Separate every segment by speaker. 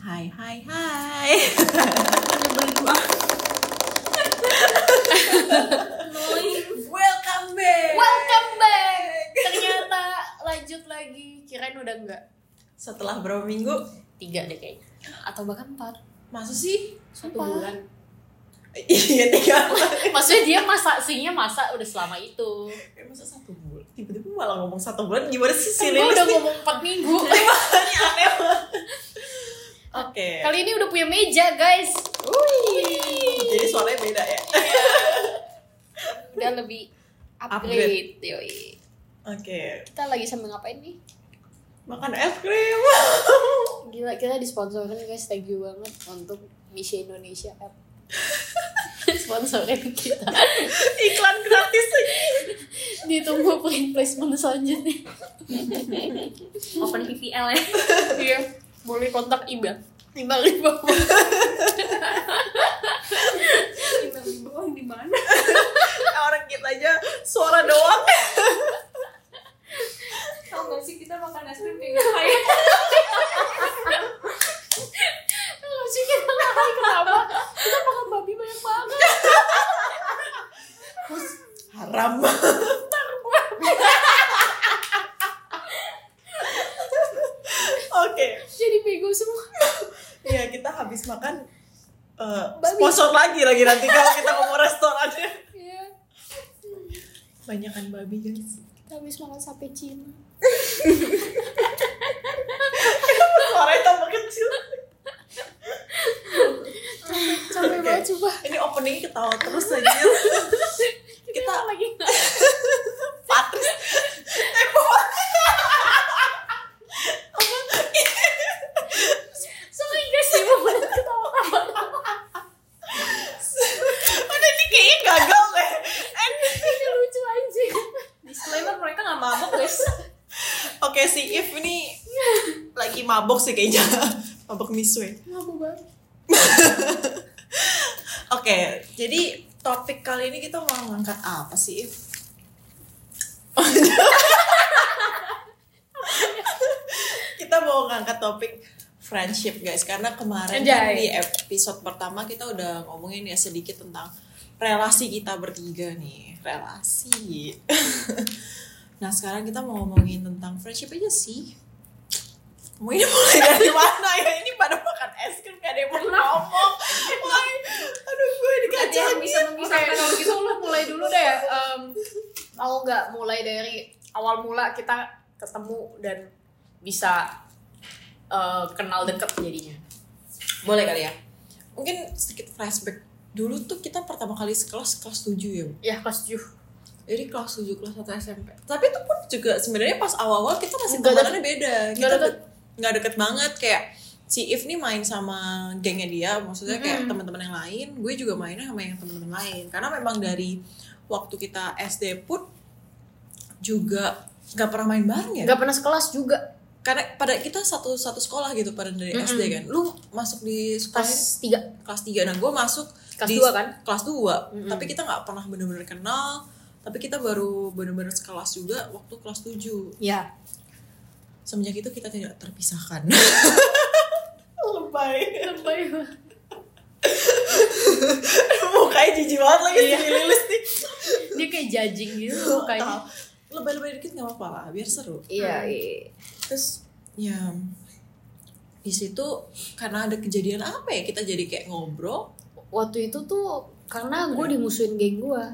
Speaker 1: Hai hai hai.
Speaker 2: Nyebelin banget. Annoying.
Speaker 1: Welcome back.
Speaker 2: Welcome back. Ternyata lanjut lagi. Kirain udah enggak
Speaker 1: Setelah berapa minggu?
Speaker 2: tiga deh kayaknya. Atau bahkan empat.
Speaker 1: Masa sih?
Speaker 2: Satu
Speaker 1: Empat.
Speaker 2: bulan.
Speaker 1: Iya tiga.
Speaker 2: Maksudnya dia masa singnya masa udah selama itu.
Speaker 1: Eh, Masa satu bulan? Tiba-tiba malah ngomong satu bulan gimana sih si
Speaker 2: Kan
Speaker 1: Lilis
Speaker 2: gua udah
Speaker 1: nih?
Speaker 2: ngomong empat minggu.
Speaker 1: Ini aneh banget. Oke.
Speaker 2: Kali ini udah punya meja guys.
Speaker 1: Wih. Jadi suaranya beda ya.
Speaker 2: Udah lebih upgrade. Yoi.
Speaker 1: Oke.
Speaker 2: Kita lagi sambil ngapain nih?
Speaker 1: Makan es krim.
Speaker 2: Gila kita disponsorin guys, thank you banget untuk Misi Indonesia app. Sponsorin kita.
Speaker 1: Iklan gratis.
Speaker 2: Ditunggu print placement selanjutnya.
Speaker 3: Open PVL ya.
Speaker 2: Iya, boleh kontak Iba. Iba di bawah.
Speaker 3: Bawang di mana?
Speaker 1: Orang kita aja suara doang.
Speaker 3: Tau gak sih kita makan es krim kayak ngapain?
Speaker 2: Lucu kita ngapain kenapa? Kita makan babi banyak banget.
Speaker 1: Haram. Oke.
Speaker 2: Jadi bego semua.
Speaker 1: Iya kita habis makan eh,
Speaker 2: Babi.
Speaker 1: sponsor lagi lagi nanti kalau kita mau restorannya
Speaker 2: Iya.
Speaker 1: banyakan kan babi guys
Speaker 2: Kita habis makan sapi Cina.
Speaker 1: suaranya tambah kecil
Speaker 2: Capek banget coba.
Speaker 1: ini opening ketawa terus aja kita
Speaker 2: lagi.
Speaker 1: patris eh bawa- Apa?
Speaker 2: Sorry guys, ibu banget ketawa.
Speaker 1: udah ini kayaknya gagal deh
Speaker 2: Ini lucu anjing.
Speaker 3: Disclaimer mereka gak mabok guys.
Speaker 1: oke si If ini lagi mabok sih kayaknya mabok miswe
Speaker 2: Ngapain banget.
Speaker 1: Oke, jadi topik kali ini kita mau ngangkat apa sih, If? kita mau ngangkat topik friendship, guys. Karena kemarin kan
Speaker 2: Anjay.
Speaker 1: di episode pertama kita udah ngomongin ya sedikit tentang relasi kita bertiga nih, relasi. nah, sekarang kita mau ngomongin tentang friendship aja sih. Mau ini mulai dari mana ya? Ini pada makan es krim gak ada yang mau ngomong. Wah, aduh gue
Speaker 3: Ada yang
Speaker 1: dikacangin.
Speaker 3: bisa memisahkan
Speaker 2: kalau
Speaker 3: kalau
Speaker 2: gitu
Speaker 3: gitu
Speaker 2: lu mulai dulu deh Em, mau nggak mulai dari awal mula kita ketemu dan bisa eh, kenal deket jadinya
Speaker 1: Boleh kali ya? Mungkin sedikit flashback. Dulu tuh kita pertama kali sekelas kelas 7 ya. Bu?
Speaker 2: ya kelas tujuh
Speaker 1: Jadi kelas 7 kelas 1 SMP. Tapi itu pun juga sebenarnya pas awal-awal kita masih
Speaker 2: Nggak
Speaker 1: temenannya beda. Kita
Speaker 2: nggak deket.
Speaker 1: de- nggak deket banget kayak si If nih main sama gengnya dia, maksudnya kayak teman-teman yang lain, gue juga mainnya sama yang teman-teman lain. Karena memang dari waktu kita SD pun juga nggak pernah main bareng ya.
Speaker 2: nggak pernah sekelas juga
Speaker 1: karena pada kita satu satu sekolah gitu pada dari
Speaker 2: Mm-mm.
Speaker 1: SD kan lu masuk di sekolah ini
Speaker 2: kelas tiga
Speaker 1: kelas 3 nah gue masuk
Speaker 2: Kelas
Speaker 1: di
Speaker 2: dua kan?
Speaker 1: kelas 2
Speaker 2: Mm-mm.
Speaker 1: tapi kita nggak pernah bener-bener kenal tapi kita baru bener-bener sekelas juga waktu kelas 7
Speaker 2: ya
Speaker 1: semenjak itu kita tidak terpisahkan lebay mukanya jijik banget lagi si Lilis nih
Speaker 2: dia kayak judging gitu
Speaker 1: Tahu.
Speaker 2: mukanya
Speaker 1: lebay-lebay dikit nggak apa-apa lah biar seru
Speaker 2: iya iya
Speaker 1: terus ya di situ karena ada kejadian apa ya kita jadi kayak ngobrol
Speaker 2: waktu itu tuh karena gue dimusuhin geng gue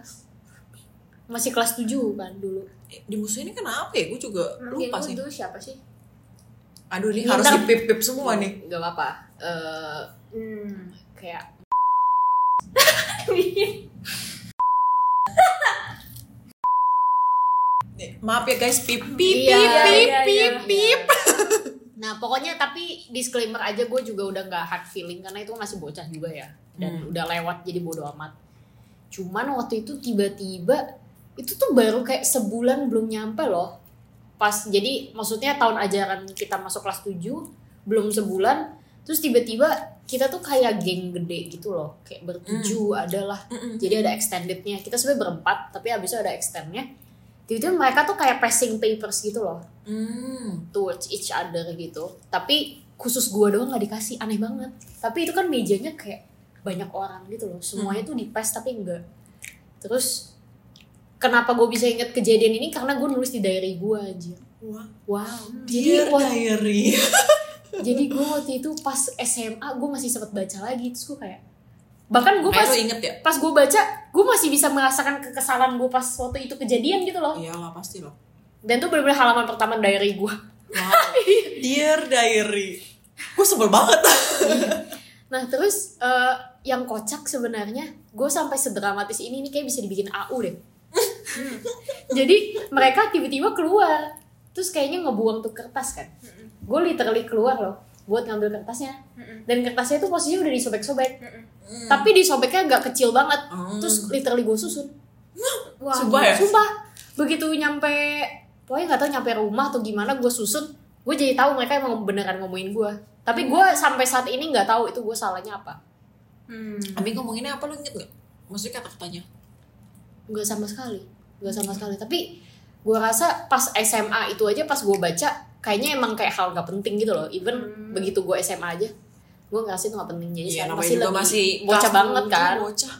Speaker 2: masih kelas tujuh kan dulu
Speaker 1: Eh, di musuh ini kenapa ya gue juga lupa sih
Speaker 2: dulu siapa sih
Speaker 1: aduh ini
Speaker 2: Bentar.
Speaker 1: harus dipip-pip semua nih
Speaker 2: Gak apa-apa. Eh, hmm, kayak
Speaker 1: Nih, maaf ya guys pip pip pip
Speaker 2: pipi
Speaker 1: pip
Speaker 3: iya, iya,
Speaker 1: pip pip
Speaker 2: Nah, pokoknya tapi disclaimer aja gue juga udah nggak hard feeling karena itu masih bocah juga ya dan
Speaker 1: Hmm.
Speaker 2: udah lewat jadi bodo amat. Cuman waktu itu tiba-tiba itu tuh baru kayak sebulan belum nyampe loh. Pas jadi maksudnya tahun ajaran kita masuk kelas 7 belum sebulan terus tiba-tiba kita tuh kayak geng gede gitu loh kayak bertujuh
Speaker 1: Hmm.
Speaker 2: adalah
Speaker 1: Mm-mm.
Speaker 2: jadi ada extendednya kita sebenarnya berempat tapi abis itu ada extendnya tiba-tiba mereka tuh kayak passing papers gitu loh
Speaker 1: Hmm.
Speaker 2: towards each other gitu tapi khusus gua doang nggak dikasih aneh banget tapi itu kan mejanya kayak banyak orang gitu loh semuanya tuh di pes tapi enggak terus kenapa gue bisa inget kejadian ini karena gue nulis di diary gue aja
Speaker 1: Wah,
Speaker 2: wow
Speaker 1: dear
Speaker 2: jadi wah,
Speaker 1: diary.
Speaker 2: jadi gue waktu itu pas SMA gue masih sempet baca lagi terus gue kayak bahkan gue
Speaker 1: Kayak
Speaker 2: pas
Speaker 1: lu inget ya?
Speaker 2: pas gue baca gue masih bisa merasakan kekesalan gue pas waktu itu kejadian gitu loh
Speaker 1: Iya lah pasti loh.
Speaker 2: dan tuh bener-bener halaman pertama diary gue
Speaker 1: Wow. dear diary. Gue sebel banget.
Speaker 2: nah terus eh, yang kocak sebenarnya gue sampai sedramatis ini nih kayak bisa dibikin AU deh jadi mereka tiba-tiba keluar terus kayaknya ngebuang tuh kertas kan
Speaker 3: Mm-mm.
Speaker 2: gue literally keluar loh buat ngambil kertasnya
Speaker 3: Mm-mm.
Speaker 2: dan kertasnya itu posisinya udah disobek-sobek
Speaker 3: Mm-mm.
Speaker 2: tapi disobeknya nggak kecil banget
Speaker 1: Hmm.
Speaker 2: terus literally gue susun Wah,
Speaker 1: Sumpah ya?
Speaker 2: sumpah. begitu nyampe pokoknya nggak tahu nyampe rumah atau gimana gue susun gue jadi tahu mereka emang beneran ngomongin gue tapi gue
Speaker 1: Hmm.
Speaker 2: sampai saat ini nggak tahu itu gue salahnya apa
Speaker 3: Hmm.
Speaker 1: Abi ngomonginnya apa lu inget gak? Maksudnya kata-katanya.
Speaker 2: nggak sama sekali nggak sama sekali tapi gue rasa pas SMA itu aja pas gue baca kayaknya emang kayak hal nggak penting gitu loh even
Speaker 3: Hmm.
Speaker 2: begitu gue SMA aja gue ngerasa itu nggak penting jadi
Speaker 1: Iya,
Speaker 2: sekarang
Speaker 1: namanya
Speaker 2: masih
Speaker 1: juga
Speaker 2: lebih
Speaker 1: masih
Speaker 2: bocah
Speaker 1: kelas
Speaker 2: banget
Speaker 1: dulu,
Speaker 2: kan
Speaker 1: Bocah.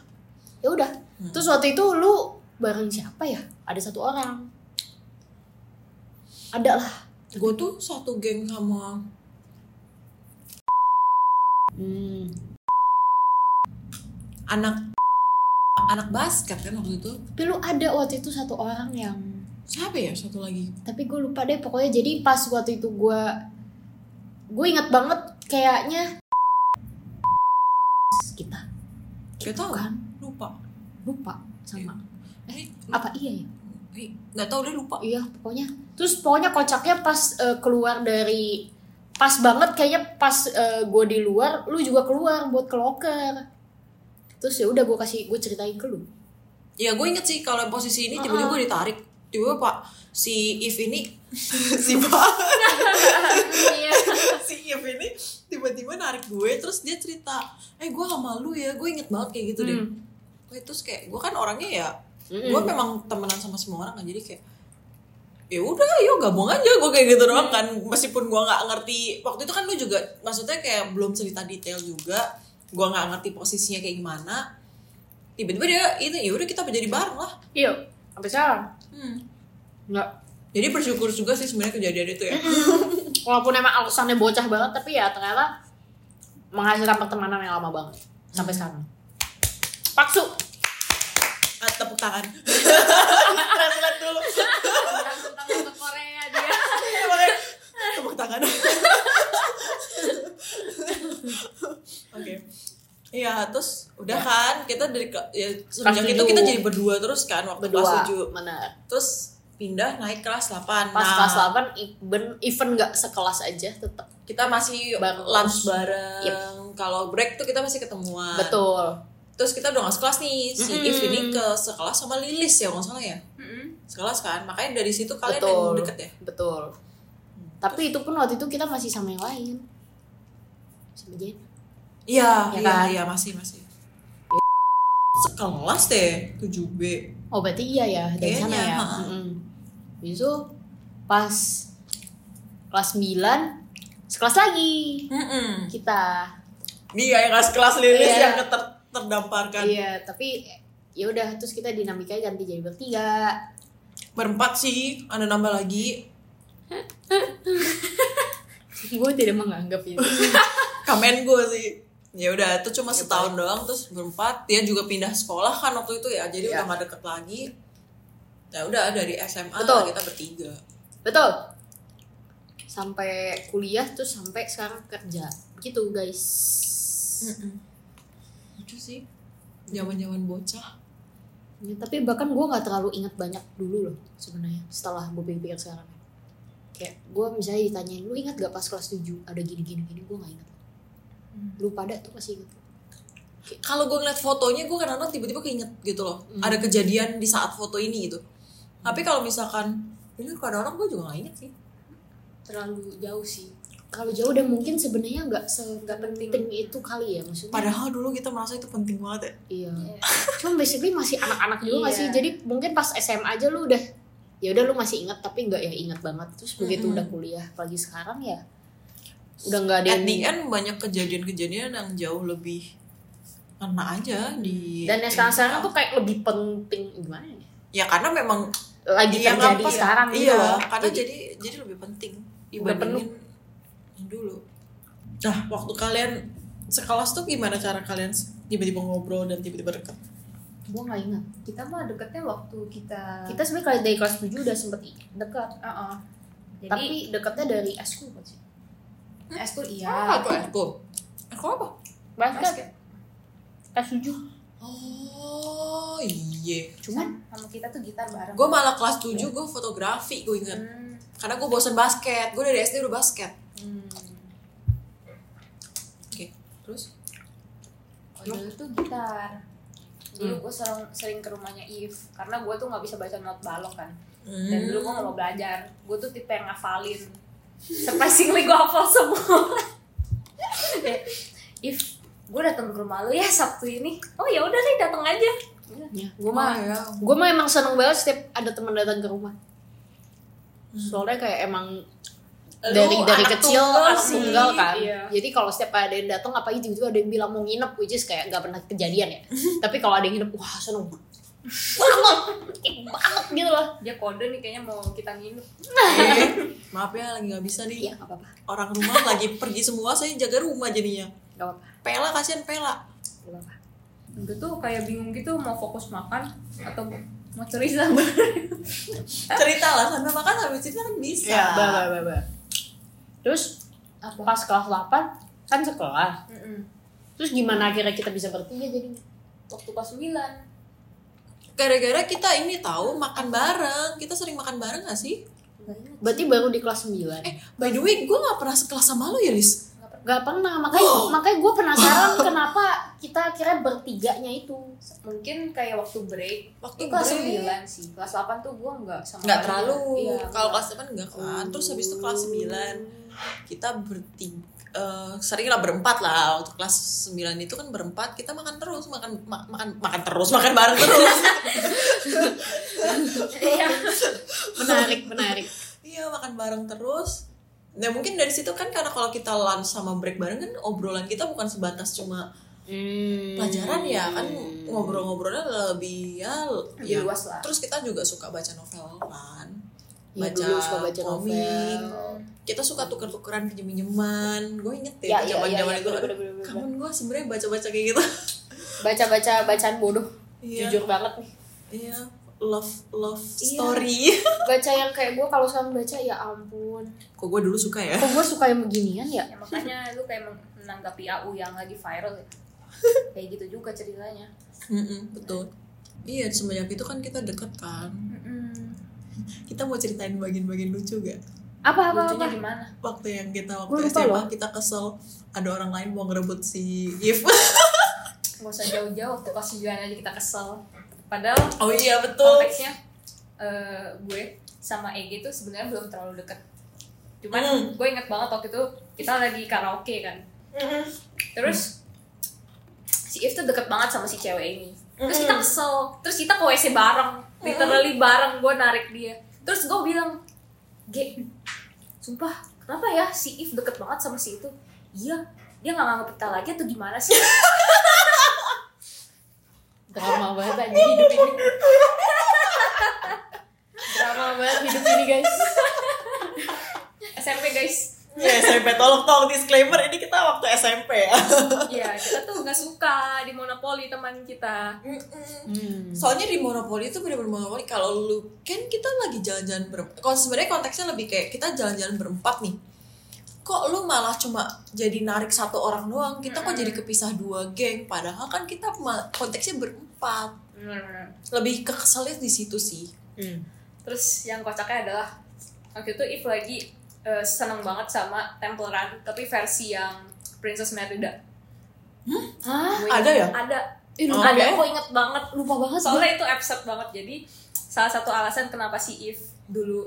Speaker 2: ya udah
Speaker 1: Hmm.
Speaker 2: terus waktu itu lu bareng siapa ya ada satu orang ada lah
Speaker 1: Gue tuh satu geng sama
Speaker 2: hmm.
Speaker 1: anak anak basket kan waktu itu.
Speaker 2: tapi lu ada waktu itu satu orang yang
Speaker 1: Siapa ya satu lagi?
Speaker 2: tapi gue lupa deh pokoknya jadi pas waktu itu gue gue inget banget kayaknya kita
Speaker 1: Gak tau
Speaker 2: kan
Speaker 1: Lupa.
Speaker 2: lupa sama
Speaker 1: Eh,
Speaker 2: apa iya ya
Speaker 1: eh, Gak tau deh lupa.
Speaker 2: iya pokoknya terus pokoknya kocaknya pas eh, keluar dari pas banget kayaknya pas gue di luar lu juga keluar buat ke locker terus ya udah gue kasih gue ceritain ke lu
Speaker 1: Ya gue inget sih kalau posisi ini tiba-tiba gue ditarik. Tiba-tiba pak si If ini si Pak
Speaker 3: Iya.
Speaker 1: si If ini tiba-tiba narik gue terus dia cerita, eh gue sama lu ya, gue inget banget kayak gitu deh.
Speaker 2: Hmm.
Speaker 1: Gue terus kayak gue kan orangnya ya,
Speaker 2: Mm-mm.
Speaker 1: gue memang temenan sama semua orang kan jadi kayak ya udah ayo gabung aja gue kayak gitu doang kan meskipun gue nggak ngerti waktu itu kan lu juga maksudnya kayak belum cerita detail juga gue nggak ngerti posisinya kayak gimana tiba-tiba dia itu ya udah kita jadi bareng lah
Speaker 2: iya sampai sekarang
Speaker 1: Hmm.
Speaker 2: nggak
Speaker 1: jadi bersyukur juga sih sebenarnya kejadian itu ya
Speaker 2: walaupun emang alasannya bocah banget tapi ya ternyata menghasilkan pertemanan yang lama banget sampai sekarang paksu
Speaker 1: Ah, tepuk tangan Keras-keras dulu
Speaker 3: Tentang untuk Korea dia.
Speaker 1: Makanya, Ah, tepuk tangan oke Iya, terus udah kan kita dari ke- ya, sejak itu
Speaker 2: Ya. tujuh.
Speaker 1: kita jadi berdua terus kan waktu kelas
Speaker 2: berdua
Speaker 1: 7.
Speaker 2: benar
Speaker 1: Terus pindah naik kelas 8.
Speaker 2: pas
Speaker 1: nah,
Speaker 2: kelas 8 even even nggak sekelas aja tetap
Speaker 1: kita masih
Speaker 2: Bareng.
Speaker 1: lunch bareng.
Speaker 2: Yep.
Speaker 1: Kalau break tuh kita masih ketemuan.
Speaker 2: betul
Speaker 1: Terus kita udah gak sekelas nih. Si
Speaker 2: Mm-mm.
Speaker 1: If ini ke sekelas sama Lilis ya, nggak salah ya.
Speaker 3: Hmm.
Speaker 1: Sekelas kan. Makanya dari situ kalian
Speaker 2: betul
Speaker 1: yang deket ya.
Speaker 2: betul tapi itu pun waktu itu kita masih sama yang lain sama Jen
Speaker 1: Iya,
Speaker 2: Ya
Speaker 1: iya,
Speaker 2: kan?
Speaker 1: iya, masih masih. Sekelas deh, 7B.
Speaker 2: oh berarti iya ya dari
Speaker 1: Kayaknya,
Speaker 2: sana ya
Speaker 1: ha-ha.
Speaker 2: Mm-mm. Habis itu pas kelas 9 sekelas lagi
Speaker 1: Mm-mm.
Speaker 2: kita
Speaker 1: Dia yang gak sekelas Lilis
Speaker 2: Iya.
Speaker 1: yang ter- terdamparkan.
Speaker 2: iya tapi ya udah terus kita dinamikanya ganti jadi bertiga
Speaker 1: Berempat sih, ada nambah lagi.
Speaker 2: gue tidak menganggap itu
Speaker 1: Kamen gue sih. Ya udah, itu
Speaker 2: Iya,
Speaker 1: cuma setahun doang terus berempat. Dia juga pindah sekolah kan waktu itu ya, jadi
Speaker 2: Iya.
Speaker 1: udah gak deket lagi. Ya udah dari SMA
Speaker 2: Betul.
Speaker 1: kita bertiga.
Speaker 2: betul sampai kuliah terus sampai sekarang kerja gitu guys
Speaker 1: Lucu sih. Zaman-zaman bocah.
Speaker 2: Ya, tapi bahkan gue nggak terlalu ingat banyak dulu loh sebenarnya setelah gue pikir sekarang kayak gue misalnya ditanyain lu ingat gak pas kelas 7 ada gini gini gini gue nggak ingat
Speaker 3: Hmm.
Speaker 2: lu pada tuh masih ingat
Speaker 1: Kalau gue ngeliat fotonya, gue kadang-kadang tiba-tiba keinget gitu loh.
Speaker 2: Hmm.
Speaker 1: Ada kejadian di saat foto ini gitu. Tapi kalau misalkan, ini ada orang gue juga gak inget sih.
Speaker 3: Terlalu jauh sih.
Speaker 2: kalau jauh dan mungkin sebenarnya nggak se nggak
Speaker 3: Penting.
Speaker 2: penting itu kali ya maksudnya
Speaker 1: Padahal dulu kita merasa itu penting banget ya.
Speaker 2: iya cuma basically masih anak-anak juga nggak
Speaker 3: Iya.
Speaker 2: sih jadi mungkin pas SMA aja lu udah
Speaker 3: Hmm.
Speaker 2: ya udah lu masih ingat tapi nggak ya ingat banget terus begitu
Speaker 1: Mm-mm.
Speaker 2: udah kuliah pagi sekarang ya udah nggak ada
Speaker 1: at
Speaker 2: yang
Speaker 1: the end banyak kejadian-kejadian yang jauh lebih kena aja di
Speaker 2: dan yang sekarang sekarang tuh kayak lebih penting gimana ya
Speaker 1: ya karena memang
Speaker 2: lagi
Speaker 1: yang
Speaker 2: terjadi
Speaker 1: apa-
Speaker 2: sekarang gitu
Speaker 1: iya
Speaker 2: loh.
Speaker 1: karena
Speaker 2: Jadi-
Speaker 1: jadi jadi lebih penting dibandingin yang dulu nah waktu kalian sekelas tuh gimana cara kalian tiba-tiba ngobrol dan tiba-tiba deket
Speaker 2: gue nggak ingat
Speaker 3: Kita mah deketnya waktu kita
Speaker 2: kita sebenarnya dari kelas 7 udah sempet dekat
Speaker 3: Heeh.
Speaker 2: tapi
Speaker 3: Jadi
Speaker 2: dekatnya dari eskul kan sih
Speaker 3: eskul iya.
Speaker 1: ah aku aku aku apa
Speaker 2: basket kelas 7
Speaker 1: oh iya
Speaker 2: cuman
Speaker 3: Kan sama kita tuh gitar bareng.
Speaker 1: gue malah kelas 7 gue fotografi gue inget
Speaker 3: Hmm.
Speaker 1: karena gue bosen basket gue dari SD udah basket
Speaker 3: Hmm.
Speaker 1: oke terus
Speaker 3: Oh, dulu tuh gitar. Dulu gue sering, sering ke rumahnya If karena gue tuh nggak bisa baca not balok kan.
Speaker 1: Hmm.
Speaker 3: Dan dulu gue nggak mau belajar. Gue tuh tipe yang ngafalin. Surprisingly gue hafal semua. Eh, Kayak, If gue datang ke rumah lu ya Sabtu ini. Oh ya udah deh datang aja.
Speaker 1: gue
Speaker 2: ya gue mah gue mah emang seneng banget setiap ada teman datang ke rumah soalnya kayak emang dari dari kecil Hmm. anak
Speaker 3: sih.
Speaker 2: tunggal kan
Speaker 3: Iya.
Speaker 2: jadi kalau setiap ada yang datang apalagi tiba-tiba ada yang bilang mau nginep which is kayak gak pernah kejadian ya tapi kalau ada yang nginep wah seneng banget Wah, banget gitu loh
Speaker 3: Dia kode nih kayaknya mau kita nginep.
Speaker 1: Eh, maaf ya lagi nggak bisa nih
Speaker 2: iya gak apa-apa
Speaker 1: orang rumah lagi pergi semua saya jaga rumah jadinya
Speaker 2: gak apa-apa
Speaker 1: Pela kasihan Pela
Speaker 2: gak apa-apa
Speaker 3: Gue tuh kayak bingung gitu mau fokus makan atau mau cerita.
Speaker 1: cerita lah sambil makan sambil cerita kan bisa
Speaker 2: ya bah, bah, bah, bah. terus
Speaker 3: Apa?
Speaker 2: pas kelas 8 kan sekolah
Speaker 3: Mm-mm.
Speaker 2: terus gimana akhirnya kita bisa
Speaker 1: Iya.
Speaker 2: bertiga jadinya
Speaker 3: Waktu kelas 9
Speaker 1: gara-gara kita ini tahu makan bareng kita sering makan bareng gak sih
Speaker 3: Gak ingat
Speaker 2: berarti baru di kelas 9
Speaker 1: eh by the way gue nggak pernah sekelas sama lo ya Lis
Speaker 2: Gak pernah, makanya makanya gue penasaran kenapa kita akhirnya bertiganya itu.
Speaker 3: mungkin kayak waktu break
Speaker 1: waktu
Speaker 3: itu kelas
Speaker 1: break.
Speaker 3: 9 sih kelas 8 tuh gue nggak sama
Speaker 1: nggak
Speaker 3: kalian.
Speaker 1: terlalu
Speaker 3: Iya,
Speaker 1: kalau
Speaker 3: nggak.
Speaker 1: kelas 8 enggak kan terus habis itu kelas 9 kita bertiga eh, sering lah berempat lah waktu kelas 9 itu kan berempat kita makan terus makan ma- makan makan terus makan bareng terus
Speaker 3: Iya.
Speaker 2: Menarik, menarik.
Speaker 1: iya makan bareng terus nah mungkin dari situ kan karena kalau kita lunch sama break bareng kan obrolan kita bukan sebatas cuma
Speaker 2: Hmm.
Speaker 1: pelajaran ya kan ngobrol-ngobrolnya lebih ya,
Speaker 3: Lebih
Speaker 1: ya
Speaker 3: luas lah
Speaker 1: terus kita juga suka baca novel kan
Speaker 2: Iya,
Speaker 1: baca,
Speaker 2: dulu suka baca
Speaker 1: komik
Speaker 2: novel.
Speaker 1: kita suka tuker-tukeran pinjem-pinjeman gue inget ya
Speaker 2: Ya, iya,
Speaker 1: zaman zaman
Speaker 2: iya, iya,
Speaker 1: itu
Speaker 2: bener, bener, bener,
Speaker 1: kamu gue sebenarnya baca-baca kayak gitu
Speaker 2: Baca-baca bacaan bodoh.
Speaker 1: Iya.
Speaker 2: Jujur banget nih.
Speaker 1: iya love love
Speaker 2: Iya.
Speaker 1: story
Speaker 2: Baca yang kayak gue kalau sekarang baca ya ampun.
Speaker 1: kok gue dulu suka ya
Speaker 2: Kok gue suka yang beginian ya?
Speaker 3: ya makanya lu kayak men- menanggapi AU yang lagi viral ya. kayak gitu juga ceritanya
Speaker 1: Mm-mm, betul iya semenjak itu kan kita deket kan kita mau ceritain bagian-bagian lucu gak
Speaker 2: Apa apa apa?
Speaker 3: lucunya di mana
Speaker 1: waktu yang kita
Speaker 2: Gua
Speaker 1: waktu
Speaker 2: lupa
Speaker 1: SMA
Speaker 2: loh.
Speaker 1: kita kesel ada orang lain mau ngerebut si If
Speaker 3: nggak usah jauh-jauh waktu kelas 9 aja kita kesel padahal
Speaker 1: oh iya betul
Speaker 3: konteksnya eh, gue sama Egi tuh sebenarnya belum terlalu deket cuman
Speaker 1: Hmm.
Speaker 3: gue inget banget waktu itu kita lagi karaoke kan terus si If tuh deket banget sama si cewek ini terus kita kesel terus kita ke WC bareng literally bareng gue narik dia terus gue bilang Ge sumpah kenapa ya si If deket banget sama si itu iya dia nggak nganggep kita lagi atau gimana sih
Speaker 2: Drama banget aja hidup ini. Drama banget hidup ini guys.
Speaker 3: SMP guys
Speaker 1: ya SMP tolong tolong disclaimer ini kita waktu SMP ya
Speaker 3: Iya, kita tuh nggak suka di monopoli teman kita
Speaker 2: Hmm.
Speaker 1: soalnya di monopoli itu bener-bener monopoli kalau lu kan kita lagi jalan-jalan berempat kalau sebenarnya konteksnya lebih kayak kita jalan-jalan berempat nih kok lu malah cuma jadi narik satu orang doang kita kok jadi kepisah dua geng padahal kan kita ma- konteksnya berempat
Speaker 3: Bener-bener.
Speaker 1: lebih ke keselnya di situ sih
Speaker 2: Hmm.
Speaker 3: Terus yang kocaknya adalah waktu itu If lagi eh, seneng banget sama Temple Run, tapi versi yang Princess Merida.
Speaker 2: Hah?
Speaker 3: Gue
Speaker 1: ada ya?
Speaker 3: ingat- Ada.
Speaker 2: Ih,
Speaker 1: Oh,
Speaker 2: lupa,
Speaker 3: ada.
Speaker 1: oke.
Speaker 3: Gue inget banget.
Speaker 2: lupa banget soalnya.
Speaker 3: Soalnya itu absurd banget. Jadi salah satu alasan kenapa si If dulu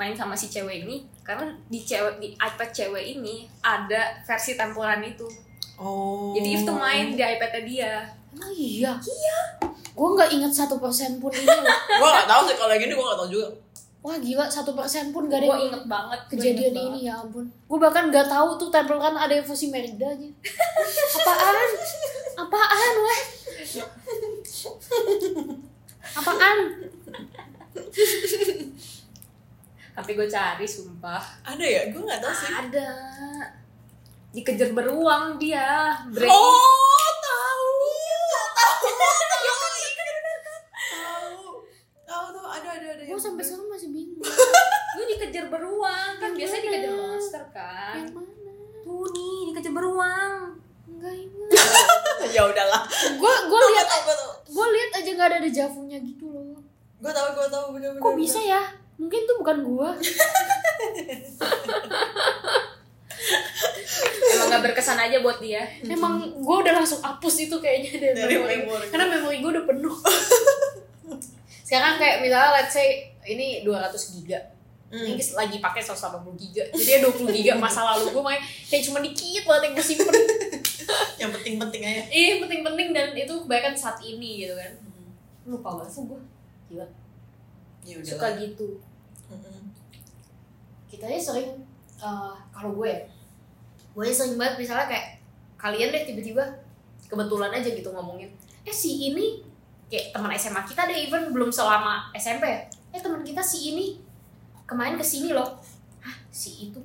Speaker 3: main sama si cewek ini karena di cewek di iPad cewek ini ada versi Temple Run itu.
Speaker 1: oh
Speaker 3: Jadi If tuh main di iPadnya dia.
Speaker 2: Emang iya? Iya. Gue nggak inget satu persen pun ini loh.
Speaker 1: gue gak tau sih kalau yang ini gue gak tau juga
Speaker 2: wah gila satu persen pun gak ada
Speaker 3: gue
Speaker 2: yang
Speaker 3: inget banget gua
Speaker 2: kejadian
Speaker 3: inget banget.
Speaker 2: ini ya ampun gue bahkan nggak tahu tuh tempel kan ada evolusi Merida aja apaan apaan weh apaan
Speaker 3: tapi gue cari sumpah
Speaker 1: Ada ya? Gue nggak tahu sih.
Speaker 3: ada dikejar beruang dia brain
Speaker 1: Oh, tahu.
Speaker 2: Iya.
Speaker 1: Tahu. Tahu. Tahu tahu ada ada ada.
Speaker 2: gue kan? sampai sekarang masih bingung
Speaker 3: lu dikejar beruang kan
Speaker 2: Yang
Speaker 3: biasanya
Speaker 2: mana?
Speaker 3: dikejar monster kan
Speaker 2: yang mana
Speaker 3: tuh nih dikejar beruang
Speaker 2: nggak ingat
Speaker 1: ya udahlah.
Speaker 2: gue gue
Speaker 1: Gue
Speaker 2: lihat
Speaker 1: tahu gue tahu.
Speaker 2: gue lihat aja nggak ada dejavunya gitu loh
Speaker 1: Gue tahu gue tahu benar-benar.
Speaker 2: kok bisa ya mungkin tuh bukan gue Iya.
Speaker 3: emang gak berkesan aja buat dia
Speaker 2: emang gue udah langsung hapus itu kayaknya dari,
Speaker 1: Dari
Speaker 2: memori.
Speaker 1: memori.
Speaker 2: karena memori gue udah penuh sekarang kayak misalnya let's say ini 200 giga
Speaker 1: Hmm.
Speaker 2: ini lagi pakai 180 giga jadi ya 20 giga masa lalu gue main kayak cuma dikit banget yang gue simpen
Speaker 1: Yang penting-penting aja.
Speaker 2: ih penting-penting dan itu bahkan saat ini gitu kan lupa banget sih gue
Speaker 1: Ya
Speaker 2: gila
Speaker 1: Hmm, udah.
Speaker 2: suka gitu kita aja sering eh, kalau gue ya, gue aja sering banget misalnya kayak kalian deh tiba-tiba kebetulan aja gitu ngomongin eh si ini kayak teman SMA kita deh even belum selama SMP ya eh teman kita si ini kemarin kesini loh hah si itu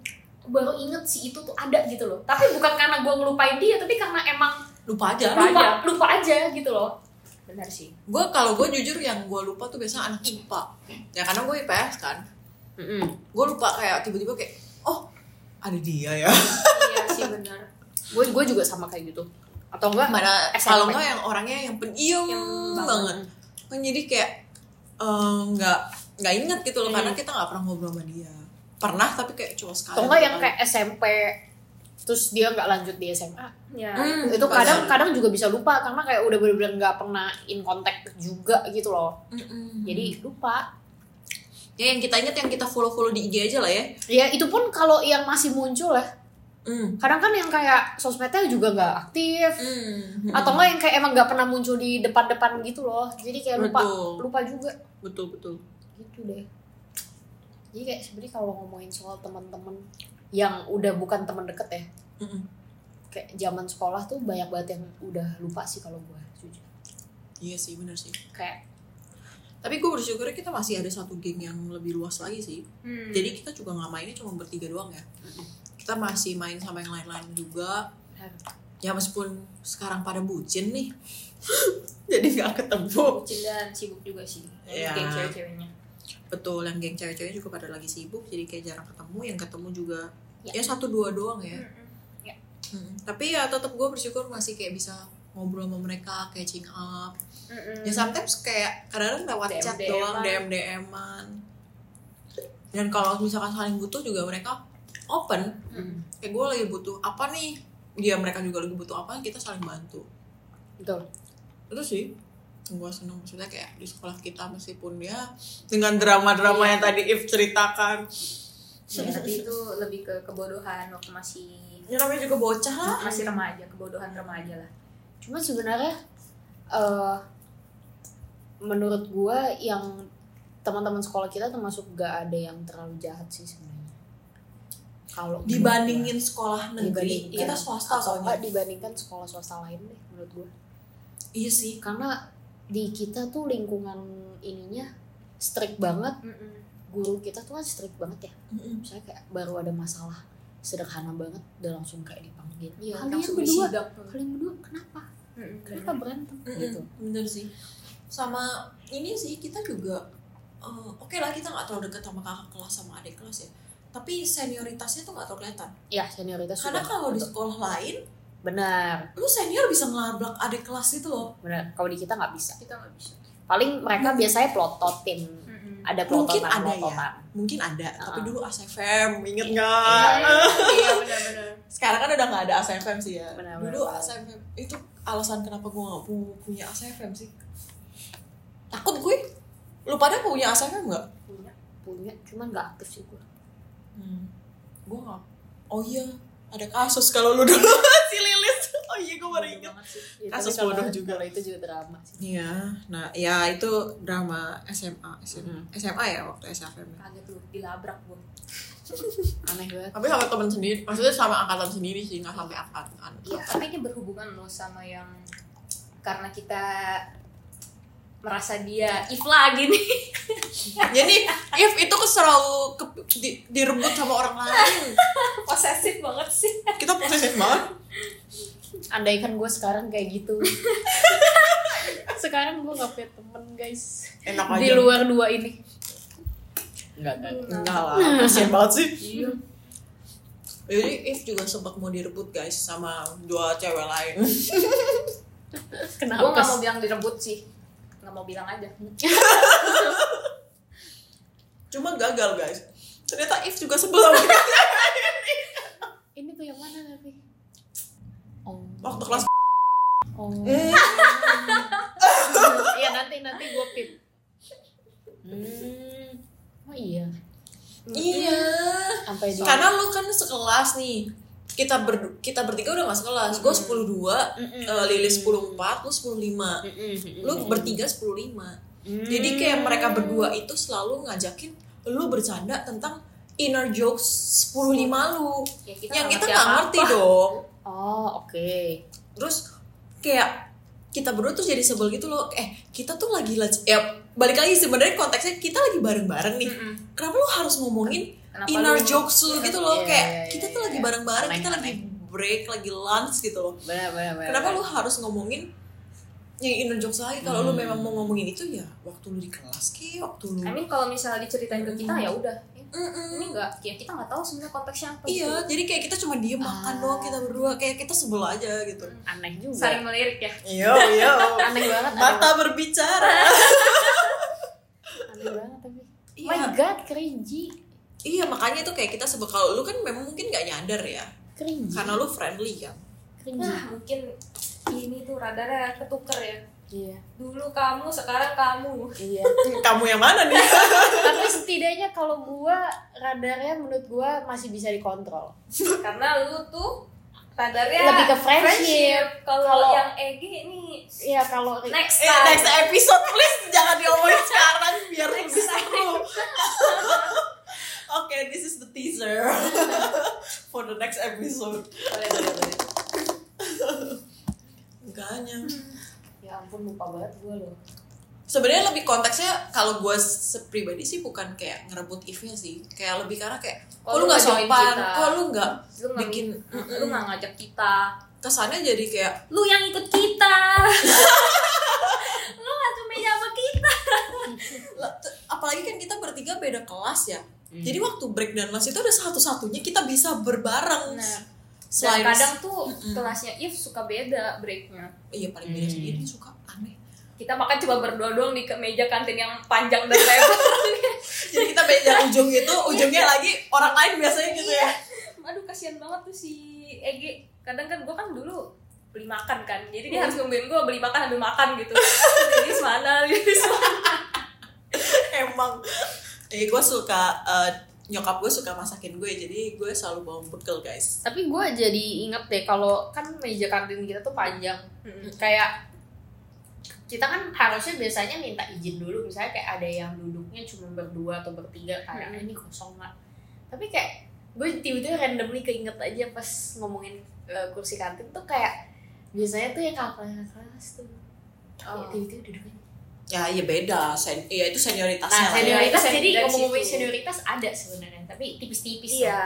Speaker 2: baru inget si itu tuh ada gitu loh tapi bukan karena gue ngelupain dia tapi karena emang
Speaker 1: Lupa aja.
Speaker 3: Lupa.
Speaker 2: lupa lupa aja gitu loh
Speaker 3: benar sih
Speaker 1: Gue kalau gue jujur yang gue lupa tuh biasanya
Speaker 2: Iya.
Speaker 1: anak IPA. Ya karena gue IPS kan. Gue lupa kayak tiba-tiba kayak oh ada dia ya.
Speaker 3: iya sih benar
Speaker 2: gue gue juga sama kayak gitu atau enggak
Speaker 1: Mana
Speaker 2: SMP.
Speaker 1: kalau nggak yang orangnya yang pendiam
Speaker 3: Yang
Speaker 1: banget. kan jadi kayak eh, nggak nggak inget gitu loh karena kita nggak pernah ngobrol sama dia pernah tapi kayak cuma sekali
Speaker 2: atau enggak yang kayak SMP terus dia nggak lanjut di SMA
Speaker 3: ya
Speaker 1: Hmm,
Speaker 2: itu
Speaker 1: pasti.
Speaker 2: kadang kadang juga bisa lupa karena kayak udah bener-bener nggak pernah in contact juga gitu loh
Speaker 1: Mm-mm.
Speaker 2: jadi lupa
Speaker 1: ya yang kita inget yang kita follow follow di IG aja lah ya
Speaker 2: ya itu pun kalau yang masih muncul ya
Speaker 1: Mm.
Speaker 2: kadang kan yang kayak sosmednya juga nggak aktif
Speaker 1: Mm.
Speaker 2: atau enggak yang kayak emang nggak pernah muncul di depan-depan gitu loh jadi kayak lupa
Speaker 1: Betul.
Speaker 2: lupa juga
Speaker 1: betul betul
Speaker 2: gitu deh jadi kayak sebenarnya kalau ngomongin soal teman-teman yang udah bukan teman deket ya
Speaker 1: Mm-mm.
Speaker 2: kayak zaman sekolah tuh banyak banget yang udah lupa sih kalau gue jujur
Speaker 1: iya sih bener sih
Speaker 2: kayak
Speaker 1: tapi gue bersyukur kita masih ada satu geng yang lebih luas lagi sih
Speaker 3: Hmm.
Speaker 1: jadi kita juga nggak mainnya cuma bertiga doang ya kita masih main sama yang lain-lain juga ya meskipun sekarang pada bucin nih jadi nggak ketemu
Speaker 3: bucin dan sibuk juga sih
Speaker 1: Oh. Iya.
Speaker 3: geng cewek-ceweknya
Speaker 1: betul yang geng cewek-ceweknya juga pada lagi sibuk jadi kayak jarang ketemu yang ketemu juga
Speaker 2: Ya.
Speaker 1: ya, satu dua doang ya
Speaker 3: Mm-mm.
Speaker 1: Mm-mm. tapi ya tetap gue bersyukur masih kayak bisa ngobrol sama mereka catching up
Speaker 3: Mm-mm.
Speaker 1: ya sometimes kayak kadang-kadang lewat chat
Speaker 3: Hmm. DM-an.
Speaker 1: doang dm dman dan kalau misalkan saling butuh juga mereka open
Speaker 3: Mm-mm.
Speaker 1: kayak gue lagi butuh apa nih dia mereka juga lagi butuh apa kita saling bantu
Speaker 2: betul
Speaker 1: itu sih gue seneng maksudnya kayak di sekolah kita meskipun ya dengan drama-drama yang tadi If ceritakan
Speaker 3: Ya, tapi itu lebih ke kebodohan waktu masih
Speaker 1: ya Iya. namanya juga bocah lah
Speaker 3: masih remaja kebodohan remaja lah
Speaker 2: Cuma sebenarnya eh menurut gua yang teman-teman sekolah kita termasuk gak ada yang terlalu jahat sih sebenarnya. Kalau menurut
Speaker 1: dibandingin sekolah
Speaker 2: gua.
Speaker 1: negeri
Speaker 2: Dibandingkan.
Speaker 1: kita swasta
Speaker 2: iya. Atau enggak
Speaker 1: soalnya
Speaker 2: dibandingkan sekolah swasta lain deh menurut gua.
Speaker 1: iya sih
Speaker 2: Karena di kita tuh lingkungan ininya strict banget,
Speaker 3: Mm-mm.
Speaker 2: guru kita tuh kan strict banget ya.
Speaker 1: Mm-mm.
Speaker 2: Misalnya kayak baru ada masalah sederhana banget udah langsung kayak dipanggil.
Speaker 3: Iya,
Speaker 2: kalian
Speaker 3: langsung
Speaker 2: berdua,
Speaker 3: disidak.
Speaker 2: kalian berdua kenapa?
Speaker 3: Mm-mm,
Speaker 2: Kenapa berantem? Gitu.
Speaker 1: Mm-mm, bener sih sama ini sih kita juga eh, oke lah kita nggak terlalu dekat sama kakak kelas sama adik kelas ya tapi senioritasnya tuh nggak terlalu kelihatan
Speaker 2: Ya senioritas
Speaker 1: karena
Speaker 2: juga.
Speaker 1: kalau di sekolah lain
Speaker 2: benar
Speaker 1: lu senior bisa ngelabrak adik kelas itu loh
Speaker 2: benar kalau di kita nggak bisa
Speaker 3: kita nggak bisa
Speaker 2: paling mereka biasanya plototin
Speaker 3: Mm-mm.
Speaker 2: ada
Speaker 1: Mungkin
Speaker 2: plototan
Speaker 1: ada ya.
Speaker 2: plototan
Speaker 1: mungkin ada tapi
Speaker 2: Uh-uh.
Speaker 1: dulu ASFM inget
Speaker 3: Iya,
Speaker 1: nggak
Speaker 3: iya benar-benar
Speaker 1: sekarang kan udah nggak ada ASFM sih ya
Speaker 2: Benar,
Speaker 1: dulu
Speaker 2: benar.
Speaker 1: ASFM itu alasan kenapa gue nggak pu- punya ASFM sih takut gue lu pada punya ASFM nggak
Speaker 2: punya punya cuman nggak aktif sih gue
Speaker 1: Hmm. Gue gak. Oh iya, ada kasus kalau lu dulu si Lilis. Oh iya gue baru
Speaker 2: Bodoh
Speaker 1: ingat
Speaker 2: banget sih. Ya,
Speaker 3: Iya.
Speaker 1: Kasus
Speaker 2: tapi kalau-
Speaker 1: bodoh juga.
Speaker 2: kalau itu juga drama sih
Speaker 1: Iya, nah ya itu drama SMA, SMA,
Speaker 2: Mm-hmm.
Speaker 1: SMA ya waktu SFM.
Speaker 3: kaget lu dilabrak gua
Speaker 2: aneh banget
Speaker 1: Tapi sama temen sendiri, maksudnya sama angkatan sendiri sih, nggak sampai angkatan.
Speaker 3: Iya, tapi ini berhubungan loh sama yang karena kita merasa dia if lagi nih.
Speaker 1: Jadi if itu selalu ke, di, direbut sama orang lain.
Speaker 3: Posesif banget sih.
Speaker 1: Kita posesif banget.
Speaker 2: andaikan gue sekarang kayak gitu sekarang gue gak punya temen guys
Speaker 1: Enak aja.
Speaker 2: di luar dua ini enggak
Speaker 1: Enggak lah, kasian banget sih.
Speaker 3: Iya.
Speaker 1: Jadi if juga sempat mau direbut guys sama dua cewek lain.
Speaker 2: kenapa
Speaker 3: Gua nggak
Speaker 2: sih?
Speaker 3: mau bilang direbut sih. Nggak mau bilang aja.
Speaker 1: Cuma gagal guys. Ternyata if juga sebel sama kita.
Speaker 2: ini tuh yang mana tapi oh
Speaker 1: waktu kelas.
Speaker 2: oh
Speaker 1: Hmm.
Speaker 2: iya nanti nanti gue pip hmm. oh iya
Speaker 1: Iya.
Speaker 2: sampai di
Speaker 1: Karena lu kan sekelas nih. Kita ber kita bertiga udah masuk kelas. Gue sepuluh dua, eh, Lili sepuluh empat, lu sepuluh lima. Lu
Speaker 2: Hmm.
Speaker 1: bertiga sepuluh lima. Jadi kayak mereka berdua itu selalu ngajakin lu bercanda tentang inner jokes 15 lu.
Speaker 3: Ya, kita
Speaker 1: yang kita
Speaker 3: nggak
Speaker 2: gitu
Speaker 3: ngerti
Speaker 1: nggak
Speaker 3: apa-apa.
Speaker 1: ngerti dong.
Speaker 2: oh oke
Speaker 1: Terus kayak kita berdua tuh jadi sebel gitu loh. Eh, kita tuh lagi laj- ya balik lagi sebenarnya konteksnya kita lagi bareng-bareng nih.
Speaker 3: Mm-mm.
Speaker 1: Kenapa lu harus ngomongin
Speaker 3: Kenapa
Speaker 1: inner
Speaker 3: lu-
Speaker 1: jokes lu gitu loh
Speaker 2: Hmm. Iya,
Speaker 1: kayak
Speaker 2: iya, iya,
Speaker 1: kita tuh
Speaker 2: iya,
Speaker 1: lagi
Speaker 2: iya.
Speaker 1: bareng-bareng, kita
Speaker 2: Aneh,
Speaker 1: lagi
Speaker 2: aneh.
Speaker 1: break, lagi lunch gitu loh.
Speaker 2: benar benar benar
Speaker 3: Nah.
Speaker 1: Kenapa lu harus ngomongin yang inner jokes lagi kalau lu
Speaker 2: Hmm.
Speaker 1: memang mau ngomongin itu ya waktu lu di kelas ki, waktu lu
Speaker 3: I mean kalau misalnya diceritain ke kita ya udah.
Speaker 1: Mm-mm.
Speaker 3: Ini enggak, ya kita nggak tahu sebenarnya konteksnya apa.
Speaker 1: Iya, jadi kayak kita cuma diem makan
Speaker 2: Ah.
Speaker 1: doang kita berdua, kayak kita sebel aja gitu.
Speaker 2: aneh
Speaker 3: gitu.
Speaker 2: juga
Speaker 3: Saling melirik ya.
Speaker 1: Iya, iya.
Speaker 2: aneh banget aneh
Speaker 1: Mata berbicara.
Speaker 2: banget, aneh banget tapi
Speaker 3: Oh
Speaker 1: Iya.
Speaker 2: my god cringy
Speaker 1: Iya, makanya itu kayak kita sebel kalau lu kan memang mungkin gak nyadar ya,
Speaker 2: cringy
Speaker 1: karena lu friendly kan.
Speaker 2: cringy
Speaker 3: Nah, mungkin ini tuh radarnya ketuker ya.
Speaker 2: iya
Speaker 3: Dulu kamu, sekarang kamu.
Speaker 2: iya
Speaker 1: Kamu yang mana nih?
Speaker 2: tapi setidaknya kalau gua radarnya menurut gua masih bisa dikontrol
Speaker 3: Karena lu tuh radarnya
Speaker 2: Lebih ke friendship.
Speaker 3: Kalau
Speaker 2: Kalau-
Speaker 3: yang EG ini
Speaker 2: iya kalau
Speaker 3: next
Speaker 1: Eh,
Speaker 3: time.
Speaker 1: next episode please jangan diomongin sekarang biar
Speaker 3: Next
Speaker 1: lebih seru. Oke, this is the teaser for the next episode.
Speaker 3: Boleh, boleh, boleh.
Speaker 1: Enggaknya.
Speaker 2: ya ampun lupa banget gua loh
Speaker 1: sebenarnya lebih konteksnya kalau gue pribadi sih bukan kayak ngerebut if-nya sih kayak lebih karena kayak kok
Speaker 3: Kok
Speaker 1: lu
Speaker 3: Oh, lu
Speaker 1: nggak
Speaker 3: ngajakin
Speaker 1: sopan
Speaker 3: kita?"
Speaker 1: kok lu nggak
Speaker 3: lu nggak
Speaker 1: bikin
Speaker 3: lu nggak ngajak kita
Speaker 1: kesannya jadi kayak
Speaker 3: lu yang ikut kita lu satu meja sama kita
Speaker 1: "Lah, t- apalagi kan kita bertiga beda kelas ya
Speaker 3: Hmm.
Speaker 1: jadi waktu break dan les itu ada satu-satunya kita bisa berbareng
Speaker 3: Nah, dan
Speaker 1: selain
Speaker 3: kadang tuh
Speaker 1: Mm-mm.
Speaker 3: kelasnya if suka beda breaknya
Speaker 1: iya paling beda
Speaker 2: Hmm.
Speaker 1: sendiri suka aneh
Speaker 3: kita makan coba berdua doang di ke- meja kantin yang panjang dan lebar
Speaker 1: jadi kita beda ujung itu ujungnya lagi orang lain biasanya gitu ya
Speaker 3: aduh kasihan banget tuh si Ege kadang kan gua kan dulu beli makan kan jadi dia harus nungguin gua beli makan ambil makan gitu jadi mana jadi mana
Speaker 1: emang eh gue suka eh, nyokap gue suka masakin gue jadi gue selalu bawa bekal guys
Speaker 2: tapi gua jadi inget deh kalau kan meja kantin kita tuh panjang
Speaker 3: Mm-mm.
Speaker 2: kayak kita kan harusnya biasanya minta izin dulu misalnya kayak ada yang duduknya cuma berdua atau bertiga kayak
Speaker 3: Mm-mm.
Speaker 2: "Ah, ini kosong nggak tapi kayak gue tiba-tiba randomly keinget aja pas ngomongin eh, kursi kantin tuh kayak biasanya tuh yang kakak kelas tuh
Speaker 3: Oh.
Speaker 2: kayak tiba-tiba duduknya
Speaker 1: Ya, ya beda. Sen ya itu senioritasnya. lah.
Speaker 2: Nah,
Speaker 3: senior-
Speaker 2: senioritas
Speaker 3: Dari-
Speaker 2: jadi
Speaker 3: dari
Speaker 2: ngomong-ngomongin
Speaker 3: situ.
Speaker 2: senioritas ada sebenarnya, tapi tipis-tipis. lah.
Speaker 3: iya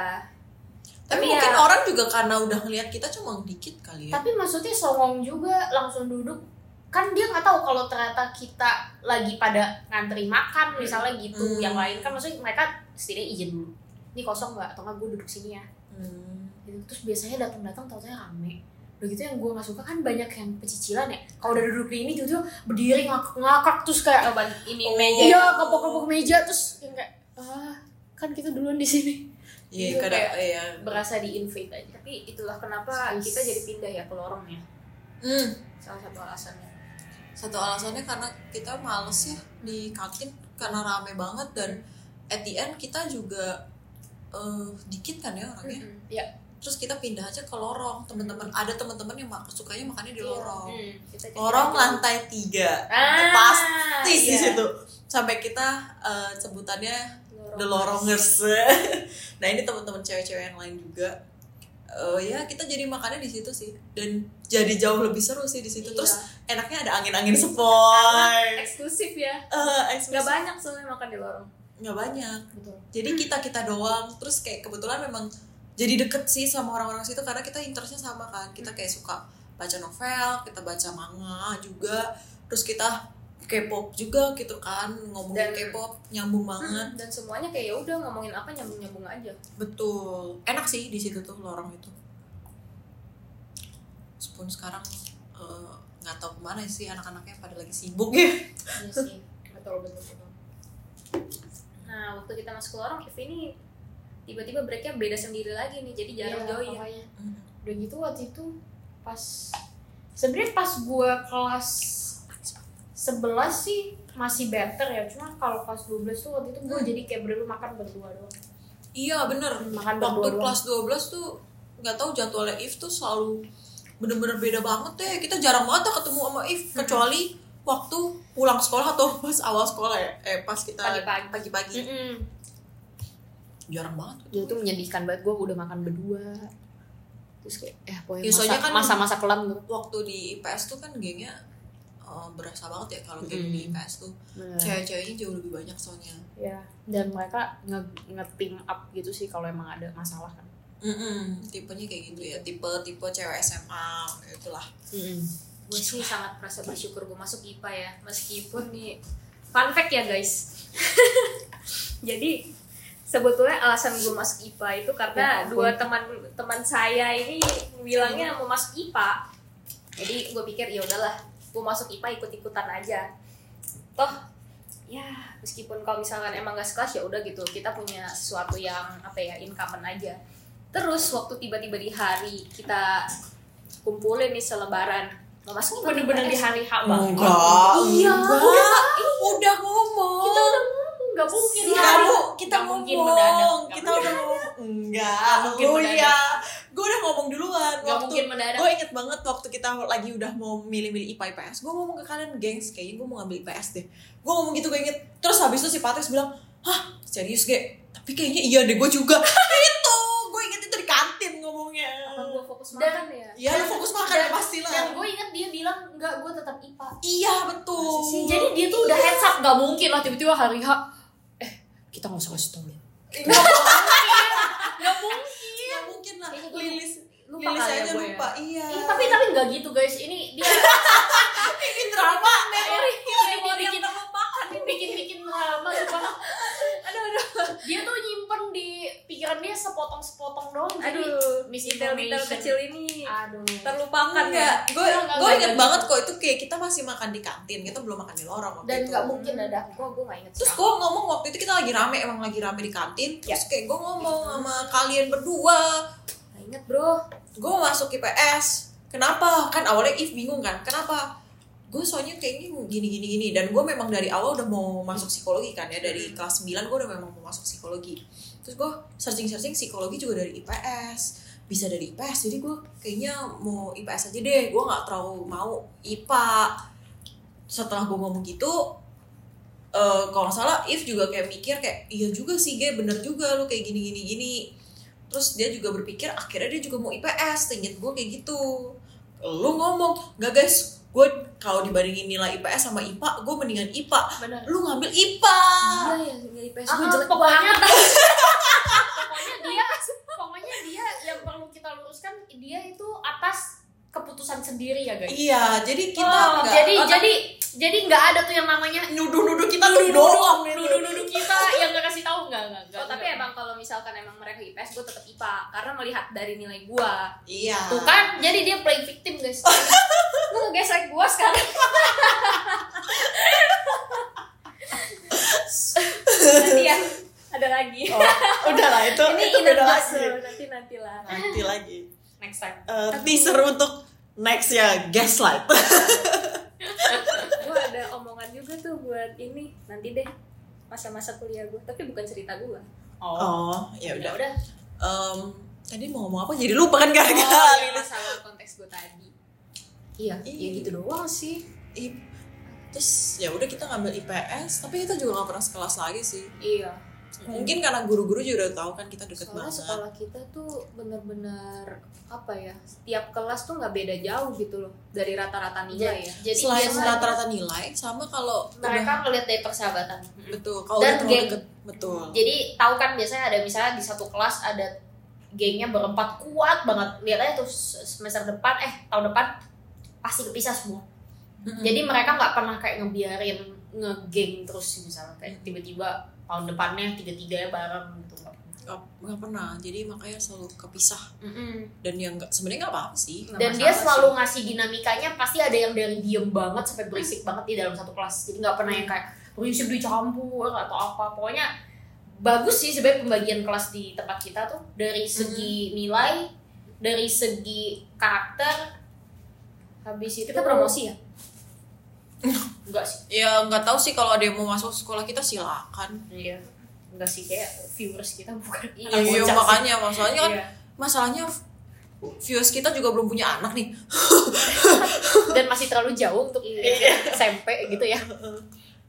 Speaker 1: Tapi
Speaker 3: Tapi
Speaker 1: mungkin
Speaker 3: ya-
Speaker 1: orang juga karena udah ngelihat kita cuma dikit kali ya.
Speaker 2: Tapi maksudnya songong juga langsung duduk. Kan dia nggak tahu kalau ternyata kita lagi pada ngantri makan misalnya gitu.
Speaker 1: Hmm.
Speaker 2: Yang lain kan maksudnya mereka setidaknya izin dulu. Ini kosong nggak? Atau nggak gue duduk sini ya?
Speaker 1: Hmm.
Speaker 2: Gitu. Terus biasanya datang-datang tautnya rame. Udah gitu yang gue nggak suka kan banyak yang pecicilan ya. Kalau udah duduk di ini tiba berdiri ngakak-ngakak terus kayak
Speaker 3: coba ini
Speaker 1: Oh.
Speaker 3: meja
Speaker 2: iya kapok-kapok meja terus yang kayak ah kan kita duluan di sini
Speaker 1: Iya,
Speaker 2: Itu
Speaker 1: kadang
Speaker 2: kayak-
Speaker 1: iya.
Speaker 2: berasa di invite aja.
Speaker 3: tapi itulah kenapa
Speaker 2: Terus.
Speaker 3: kita jadi pindah ya ke lorong ya
Speaker 1: Hmm.
Speaker 3: salah satu alasannya
Speaker 1: Satu alasannya karena kita males ya di kantin karena rame banget dan at the end kita juga eh, dikit kan ya orangnya.
Speaker 3: Mm-mm.
Speaker 2: Ya,
Speaker 1: terus kita pindah aja ke lorong teman-teman ada teman-teman yang mak- sukanya makannya di lorong
Speaker 3: Hmm, kita jadi
Speaker 1: lorong
Speaker 3: lagi.
Speaker 1: lantai tiga
Speaker 3: Ah,
Speaker 1: Oh, pasti di
Speaker 3: iya.
Speaker 1: situ sampai kita eh, sebutannya The Lorongers. nah ini teman-teman cewek-cewek yang lain juga. Eh, ya kita jadi makannya di situ sih dan jadi jauh lebih seru sih di situ.
Speaker 3: Iya.
Speaker 1: Terus enaknya ada angin-angin
Speaker 3: Karena
Speaker 1: sepoi.
Speaker 3: eksklusif ya
Speaker 1: Eh,
Speaker 3: nggak
Speaker 1: eksklusif.
Speaker 3: banyak soalnya makan di lorong
Speaker 1: nggak banyak.
Speaker 3: betul
Speaker 1: Jadi kita kita doang. Terus kayak kebetulan memang jadi deket sih sama orang-orang situ karena kita interestnya sama kan.
Speaker 3: Hmm.
Speaker 1: Kita kayak suka baca novel, kita baca manga juga. Terus kita K-pop juga gitu kan ngomongin
Speaker 3: Dan- Hmm.
Speaker 1: K-pop nyambung banget.
Speaker 3: dan semuanya kayak ya udah ngomongin apa nyambung nyambung aja
Speaker 1: Betul. Enak sih di situ tuh lorong itu. Meskipun sekarang eh, nggak tahu kemana sih anak-anaknya pada lagi sibuk ya.
Speaker 2: Iya sih.
Speaker 3: betul betul betul nah waktu kita masuk ke lorong If ini tiba-tiba breaknya beda sendiri lagi nih jadi jarang
Speaker 2: Iya,
Speaker 3: join
Speaker 2: makanya. Udah gitu waktu itu pas sebenarnya pas gua kelas 11 sih masih better ya cuma kalau kelas 12 tuh waktu itu gua
Speaker 1: Hmm.
Speaker 2: jadi kayak berdua makan berdua doang
Speaker 1: Iya bener.
Speaker 2: makan berdua
Speaker 1: Waktu
Speaker 2: doang
Speaker 1: kelas 12 tuh nggak tahu jadwalnya If tuh selalu bener-bener beda banget deh. Kita jarang banget tuh ketemu sama If kecuali waktu pulang sekolah atau pas awal sekolah ya. Eh pas kita
Speaker 3: Pagi-pagi.
Speaker 1: pagi-pagi.
Speaker 2: Mm-mm.
Speaker 1: Jarang banget.
Speaker 2: Ya, itu menyedihkan banget gua udah makan berdua terus kayak eh pokoknya
Speaker 1: Ya, soalnya kan-
Speaker 2: masa, masa kelam gitu
Speaker 1: Waktu di IPS tuh kan gengnya eh, berasa banget ya kalau geng di
Speaker 2: Mm.
Speaker 1: IPS tuh.
Speaker 4: Hmm.
Speaker 1: Cewek-ceweknya jauh lebih banyak soalnya.
Speaker 2: ya dan mereka nge, nge team up gitu sih kalau emang ada masalah kan
Speaker 1: Mm-mm, tipenya kayak gitu ya tipe tipe cewek SMA itulah
Speaker 3: gue sih sangat merasa bersyukur gue masuk IPA ya meskipun nih fun fact ya guys jadi sebetulnya alasan gue masuk IPA itu
Speaker 2: Ya ampun.
Speaker 3: karena
Speaker 2: Hmm.
Speaker 3: dua teman teman saya ini bilangnya mau masuk IPA jadi gue pikir ya udahlah gue masuk IPA ikut ikutan aja toh ya meskipun kalau misalkan emang gak sekelas ya udah gitu kita punya sesuatu yang apa ya income aja terus waktu tiba-tiba di hari kita kumpulin nih selebaran mau masuk IPA,
Speaker 2: bener-bener di
Speaker 3: IPS.
Speaker 2: hari H banget
Speaker 1: enggak
Speaker 3: Iya.
Speaker 1: udah, Oh udah ngomong
Speaker 3: kita udah ngomong nggak mungkin
Speaker 1: Si
Speaker 3: lah.
Speaker 1: kamu kita
Speaker 2: Nggak mungkin
Speaker 1: ngomong
Speaker 2: mendadak. Nggak
Speaker 1: kita udah ngomong enggak
Speaker 2: Nggak mungkin
Speaker 1: lu
Speaker 2: mendadak.
Speaker 1: ya gue udah ngomong duluan
Speaker 2: nggak mungkin mendadak
Speaker 1: gue inget banget waktu kita lagi udah mau milih-milih IPA IPS gue ngomong ke kalian gengs kayaknya gue mau ngambil IPS deh gue ngomong gitu gue inget terus habis itu si Patrick bilang hah serius ge tapi kayaknya iya deh gue juga itu gue inget itu di kantin ngomongnya
Speaker 3: apa gue fokus
Speaker 2: Dan-
Speaker 3: makan ya
Speaker 1: Ya lu fokus makan ya pastilah.
Speaker 2: yang gue inget dia bilang enggak gue tetap IPA
Speaker 1: Iya betul.
Speaker 2: jadi dia tuh udah heads up nggak mungkin lah tiba-tiba hari H eh kita nggak usah kasih tau ya
Speaker 3: nggak mungkin
Speaker 1: Iya mungkin lah.
Speaker 2: Kayaknya gue
Speaker 1: Lilis
Speaker 2: lupa
Speaker 1: Lilis
Speaker 2: kali ya
Speaker 1: aja
Speaker 2: gue
Speaker 1: lupa. Iya.
Speaker 2: Ih, tapi tapi nggak gitu guys ini dia
Speaker 1: ini drama memori.
Speaker 2: ini dia bikin bikin bikin drama gitu
Speaker 3: aduh aduh
Speaker 2: dia tuh nyimpen di pikiran dia sepotong sepotong doang jadi
Speaker 3: aduh
Speaker 2: misinformation.
Speaker 3: detail-detail kecil ini
Speaker 2: aduh
Speaker 3: terlupakan ya
Speaker 1: Enggak, gue gue
Speaker 2: Enggak, enggak,
Speaker 1: inget
Speaker 2: enggak.
Speaker 1: banget kok itu kayak kita masih makan di kantin, kita belum makan di lorong waktu
Speaker 2: dan
Speaker 1: itu.
Speaker 2: nggak mungkin ada
Speaker 3: gue gue nggak inget
Speaker 1: Terus gue ngomong waktu itu kita lagi rame, emang lagi rame di kantin.
Speaker 2: Ya.
Speaker 1: Terus kayak gue ngomong sama kalian berdua,
Speaker 3: nggak inget bro
Speaker 1: gue mau masuk IPS. Kenapa? Kan awalnya If bingung kan, kenapa? Gue soalnya kayaknya gini gini gini dan gue memang dari awal udah mau masuk psikologi kan ya dari kelas 9 gue udah memang mau masuk psikologi. Terus gue searching searching psikologi juga dari IPS bisa dari IPS jadi gue kayaknya mau IPS aja deh gue nggak terlalu mau IPA setelah gue ngomong gitu eh kalau nggak salah If juga kayak mikir kayak iya juga sih gue bener juga lo kayak gini gini gini terus dia juga berpikir akhirnya dia juga mau IPS tinggi gue kayak gitu lu ngomong nggak guys gue kalau dibandingin nilai IPS sama IPA gue mendingan IPA
Speaker 2: benar
Speaker 1: lu ngambil IPA
Speaker 3: iya ya nggak IPS gue
Speaker 2: Ah,
Speaker 3: jelek
Speaker 2: pokoknya-
Speaker 3: banget
Speaker 2: pokoknya dia pokoknya dia yang perlu kita luruskan dia itu atas keputusan sendiri ya guys
Speaker 1: iya jadi kita
Speaker 2: Oh,
Speaker 1: nggak-
Speaker 2: jadi
Speaker 1: nggak-
Speaker 2: jadi jadi nggak ada tuh yang namanya
Speaker 1: nuduh-nuduh kita tuh doang gitu.
Speaker 2: nuduh-nuduh kita yang nggak kasih tahu nggak nggak nggak,
Speaker 3: Oh, tapi
Speaker 2: nggak.
Speaker 3: emang kalau misalkan emang mereka IPS, gue tetap IPA karena melihat dari nilai gue.
Speaker 1: iya
Speaker 2: tuh kan jadi dia play victim guys
Speaker 3: Oh. Lu ngegesek gue sekarang. nanti ya, ada lagi.
Speaker 1: oh, udah lah itu
Speaker 3: Ini
Speaker 1: itu
Speaker 3: inner
Speaker 1: beda lagi
Speaker 3: bustle, nanti nantilah.
Speaker 1: nanti lagi
Speaker 3: Next time.
Speaker 1: Eh, teaser untuk next ya gaslight
Speaker 3: gue ada omongan juga tuh buat ini nanti deh masa-masa kuliah gue tapi bukan cerita gue
Speaker 1: oh ya Oh, udah
Speaker 2: udah
Speaker 1: Em, tadi mau ngomong apa jadi lupa kan gara-gara
Speaker 3: oh, yang
Speaker 1: Lilis.
Speaker 3: masalah konteks gue tadi
Speaker 2: Iya, ya
Speaker 1: Iya.
Speaker 2: gitu doang sih.
Speaker 1: I- terus ya udah kita ngambil IPS tapi kita juga nggak pernah sekelas lagi sih
Speaker 3: iya
Speaker 1: mungkin karena guru-guru juga udah tahu kan kita deket
Speaker 2: Hmm. Soalnya
Speaker 1: banget
Speaker 2: sekolah kita tuh bener-bener apa ya? Setiap kelas tuh nggak beda jauh gitu loh.
Speaker 3: dari rata-rata nilai ya
Speaker 2: Jadi
Speaker 1: selain
Speaker 2: biasanya
Speaker 1: rata-rata nilai sama kalau
Speaker 2: mereka
Speaker 1: udah
Speaker 2: ngeliat dari persahabatan.
Speaker 1: betul kalau
Speaker 2: Dan
Speaker 1: udah terlalu
Speaker 2: geng.
Speaker 1: deket betul
Speaker 2: Jadi tahu kan biasanya ada misalnya di satu kelas ada gengnya berempat kuat banget. Lihat aja tuh semester depan eh tahun depan pasti kepisah semua.
Speaker 1: Mm-mm.
Speaker 2: Jadi mereka nggak pernah kayak ngebiarin ngegeng terus misalnya kayak tiba-tiba tahun depannya tiga-tiganya bareng gitu. nggak pernah.
Speaker 1: nggak nggak pernah jadi makanya selalu kepisah
Speaker 2: Mm-mm.
Speaker 1: dan yang nggak sebenarnya nggak apa-apa sih
Speaker 3: Nggak
Speaker 2: dan
Speaker 3: masalah
Speaker 2: dia
Speaker 3: sih.
Speaker 2: selalu ngasih dinamikanya pasti ada yang dari diem banget sampai berisik banget di dalam satu kelas jadi nggak pernah yang kayak "Oh, berisik dicampur atau apa pokoknya bagus sih sebenarnya pembagian kelas di tempat kita tuh dari segi nilai dari segi karakter habis itu
Speaker 3: kita promosi ya
Speaker 2: enggak sih
Speaker 1: ya nggak tahu sih kalau ada yang mau masuk sekolah kita silakan
Speaker 2: iya enggak sih kayak viewers kita bukan
Speaker 1: iya
Speaker 2: anak bocah sih.
Speaker 1: makanya masalahnya kan
Speaker 2: Iya.
Speaker 1: masalahnya viewers kita juga belum punya anak nih
Speaker 2: dan masih terlalu jauh untuk SMP gitu ya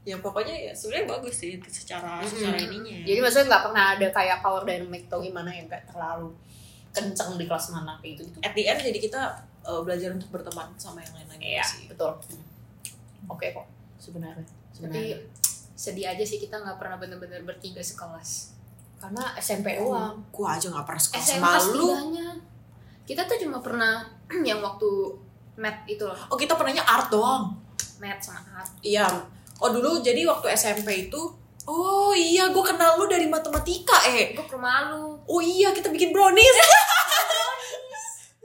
Speaker 1: ya pokoknya ya sebenarnya bagus sih secara secara ininya
Speaker 2: Jadi maksudnya nggak pernah ada kayak power dynamic atau gimana yang kayak terlalu kenceng di kelas mana kayak gitu gitu.
Speaker 1: at the end jadi kita uh, belajar untuk berteman sama yang lain lagi sih
Speaker 2: betul. Oke kok sebenarnya. Sebenarnya.
Speaker 3: tapi sedih aja sih kita nggak pernah bener-bener bertiga sekelas
Speaker 2: karena SMP doang.
Speaker 1: "Oh, gua aja nggak pernah sekolah
Speaker 3: SMA
Speaker 1: sama lu
Speaker 3: setidaknya kita tuh cuma pernah yang waktu mat itu loh
Speaker 1: oh kita pernahnya art doang
Speaker 3: mat sama art
Speaker 1: iya oh dulu jadi waktu SMP itu oh iya gua kenal lu dari matematika eh
Speaker 3: gue ke rumah lu
Speaker 1: oh iya kita bikin brownies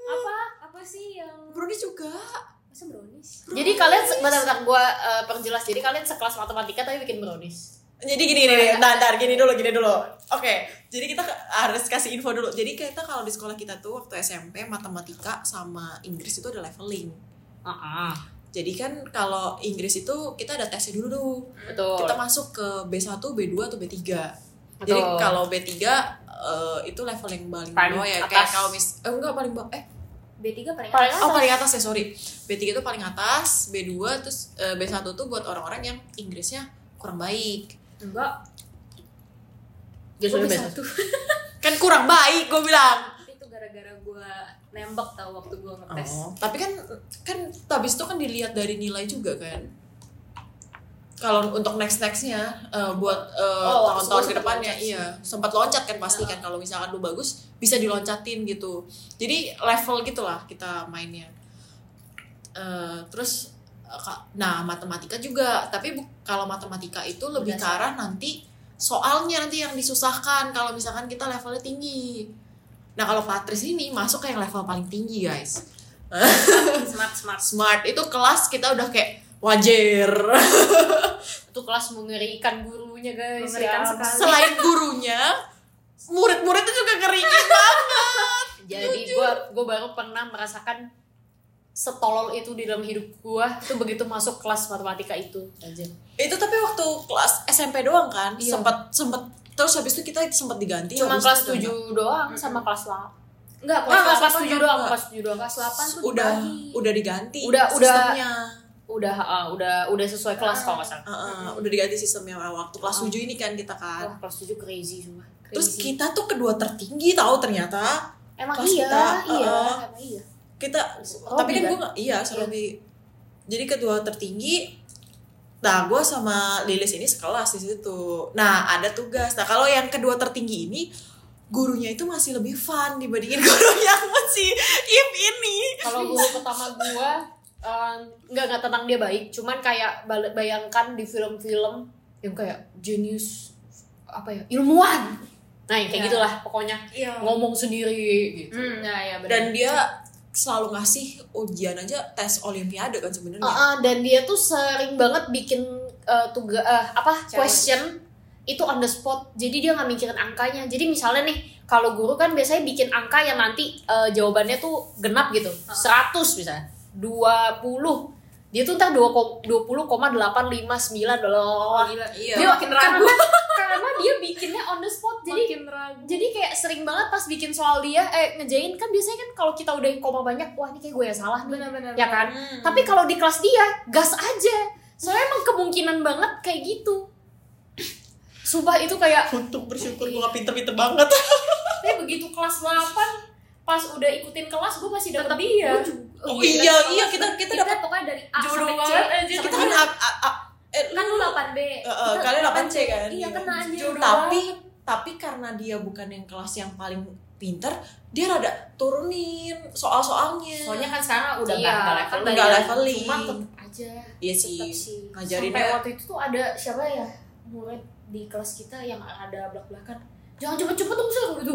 Speaker 3: apa apa sih yang
Speaker 1: brownies juga
Speaker 3: masa brownies
Speaker 2: Jadi kalian se- bentar-bentar gua eh, perjelas. Jadi kalian sekelas matematika tapi bikin brownies.
Speaker 1: jadi gini nih, ntar, ntar, gini dulu, gini dulu. Oke, jadi kita ke- harus kasih info dulu. Jadi kita kalau di sekolah kita tuh waktu SMP matematika sama Inggris itu ada leveling.
Speaker 2: Heeh.
Speaker 1: Jadi kan kalau Inggris itu kita ada tesnya dulu tuh.
Speaker 2: Betul.
Speaker 1: Kita masuk ke B1, B2 atau B3. Jadi
Speaker 2: Betul.
Speaker 1: kalau B3 eh, itu level yang paling
Speaker 2: Paling
Speaker 1: bawah ya kayak
Speaker 2: atas.
Speaker 1: kalau mis eh, enggak paling bawah eh
Speaker 3: B3 paling
Speaker 2: Paling
Speaker 3: atas.
Speaker 1: oh paling atas ya sorry. B3 itu paling atas, B2 terus eh, B1 tuh buat orang-orang yang Inggrisnya kurang baik.
Speaker 3: enggak
Speaker 2: Justru
Speaker 3: Gua
Speaker 2: beda.
Speaker 3: bisa tuh.
Speaker 1: Kan kurang baik gue bilang.
Speaker 3: Tapi itu gara-gara gue nembak tau waktu gue ngetes
Speaker 1: Oh, tapi kan kan habis itu kan dilihat dari nilai juga kan. Kalau untuk next nextnya eh, buat eh,
Speaker 2: Oh,
Speaker 1: tahun-tahun
Speaker 2: sempat
Speaker 1: ke depannya
Speaker 2: loncat Iya. sih.
Speaker 1: iya sempat loncat kan pasti kan kalau misalkan lu bagus bisa diloncatin gitu. Jadi level gitulah kita mainnya. Eh, terus eh, ka- nah matematika juga tapi bu- kalau matematika itu lebih ke arah nanti soalnya nanti yang disusahkan kalau misalkan kita levelnya tinggi. Nah kalau Patris ini masuk ke yang level paling tinggi guys.
Speaker 3: smart smart
Speaker 1: Smart itu kelas kita udah kayak wajar.
Speaker 2: Itu kelas mengerikan gurunya guys.
Speaker 3: Mengerikan
Speaker 2: ya.
Speaker 3: sekali.
Speaker 1: Selain gurunya, murid-muridnya juga ngeriin banget.
Speaker 2: Jadi gua gua baru pernah merasakan setolol itu di dalam hidup gua tuh begitu masuk kelas matematika itu. Anjir.
Speaker 1: Itu tapi waktu kelas SMP doang kan,
Speaker 2: Iya.
Speaker 1: sempet sempet terus habis itu kita sempet diganti.
Speaker 2: Cuma
Speaker 1: habis
Speaker 2: kelas
Speaker 1: itu kan. udah
Speaker 2: 7 doang sama kelas 8.
Speaker 3: enggak
Speaker 2: Enggak, enggak, kelas
Speaker 3: delapan
Speaker 2: 7
Speaker 3: udah-
Speaker 2: doang,
Speaker 1: enggak.
Speaker 2: kelas 7 doang.
Speaker 3: kelas 8 tuh
Speaker 1: udah
Speaker 3: dibagi.
Speaker 1: udah diganti
Speaker 2: Udah- udah.
Speaker 1: sistemnya.
Speaker 2: Udah ah, udah udah sesuai kelas kalau nggak salah.
Speaker 1: Heeh, udah diganti sistemnya waktu kelas
Speaker 2: Ah.
Speaker 1: 7 ini kan kita kan.
Speaker 2: Wah, kelas 7 crazy semua. Crazy.
Speaker 1: Terus kita tuh kedua tertinggi tahu ternyata.
Speaker 2: emang
Speaker 1: kelas
Speaker 2: iya,
Speaker 1: kita,
Speaker 2: iya,
Speaker 1: uh-uh.
Speaker 2: emang iya.
Speaker 1: kita
Speaker 2: Oh,
Speaker 1: tapi kan
Speaker 2: iya.
Speaker 1: gue iya Sorobi jadi kedua tertinggi nah gue sama Lilis ini sekelas di situ nah ada tugas nah kalau yang kedua tertinggi ini gurunya itu masih lebih fun dibandingin guru yang masih if ini
Speaker 2: Kalau guru pertama gua em, nggak nggak tenang dia baik, cuman kayak bal- bayangkan di film-film yang kayak genius apa ya ilmuwan, nah yang kayak
Speaker 3: Iya.
Speaker 2: gitulah pokoknya
Speaker 3: iya
Speaker 2: ngomong sendiri gitu.
Speaker 3: hmm nah
Speaker 1: iya,
Speaker 3: ya benar
Speaker 1: dan dia selalu ngasih ujian aja tes olimpiade kan sebenarnya
Speaker 2: Uh-uh, dan dia tuh sering banget bikin uh, tuga eh, apa
Speaker 3: Challenge.
Speaker 2: question itu on the spot. Jadi dia nggak mikirin angkanya. Jadi misalnya nih kalau guru kan biasanya bikin angka yang nanti uh, jawabannya tuh genap gitu. 100 misalnya. 20. Dia tuh ntar 20,859 dua
Speaker 3: gila
Speaker 1: iya
Speaker 3: Iya,
Speaker 2: Dia makin ragu. Karena, karena karena dia bikinnya on the spot jadi
Speaker 3: makin ragu
Speaker 2: jadi kayak sering banget pas bikin soal dia eh ngejain kan biasanya kan kalau kita udah koma banyak wah ini kayak gue yang salah nih
Speaker 3: benar-benar
Speaker 2: ya kan
Speaker 1: Hmm.
Speaker 2: tapi kalau di kelas dia gas aja soalnya emang kemungkinan banget kayak gitu Sumpah itu kayak
Speaker 1: Untung bersyukur gue gak pinter-pinter banget.
Speaker 2: Tapi begitu kelas 8 pas udah ikutin kelas gue masih dapet
Speaker 3: tetap
Speaker 2: dia.
Speaker 3: gua juga-
Speaker 1: Oh,
Speaker 3: gila,
Speaker 1: iya,
Speaker 3: sama
Speaker 1: iya,
Speaker 3: kelas
Speaker 1: kita-
Speaker 3: gua.
Speaker 1: kita
Speaker 3: kita
Speaker 1: dapat
Speaker 3: pokoknya dari A
Speaker 2: jodoh
Speaker 3: sampai C
Speaker 2: banget, anjir,
Speaker 3: sampai
Speaker 1: Kita
Speaker 3: Z.
Speaker 1: kan a, a, a, eh,
Speaker 3: kan lu 8 B
Speaker 1: Eh, eh, kalian 8C kan?
Speaker 3: iya kena anjir
Speaker 2: Jodoh
Speaker 1: tapi tapi karena dia bukan yang kelas yang paling pinter, dia rada turunin soal-soalnya.
Speaker 4: Soalnya kan sekarang udah
Speaker 2: Iya,
Speaker 4: nggak level
Speaker 2: kan
Speaker 4: dari
Speaker 1: nggak
Speaker 4: yang-
Speaker 1: leveling.
Speaker 2: Cuma tetep aja.
Speaker 1: Iya
Speaker 2: Tetep
Speaker 1: sih.
Speaker 2: sih.
Speaker 1: Ngajarin
Speaker 2: Sampai
Speaker 1: dia.
Speaker 2: waktu itu tuh ada siapa ya murid di kelas kita yang ada belak-belakan. Jangan cepet-cepet dong sel gitu.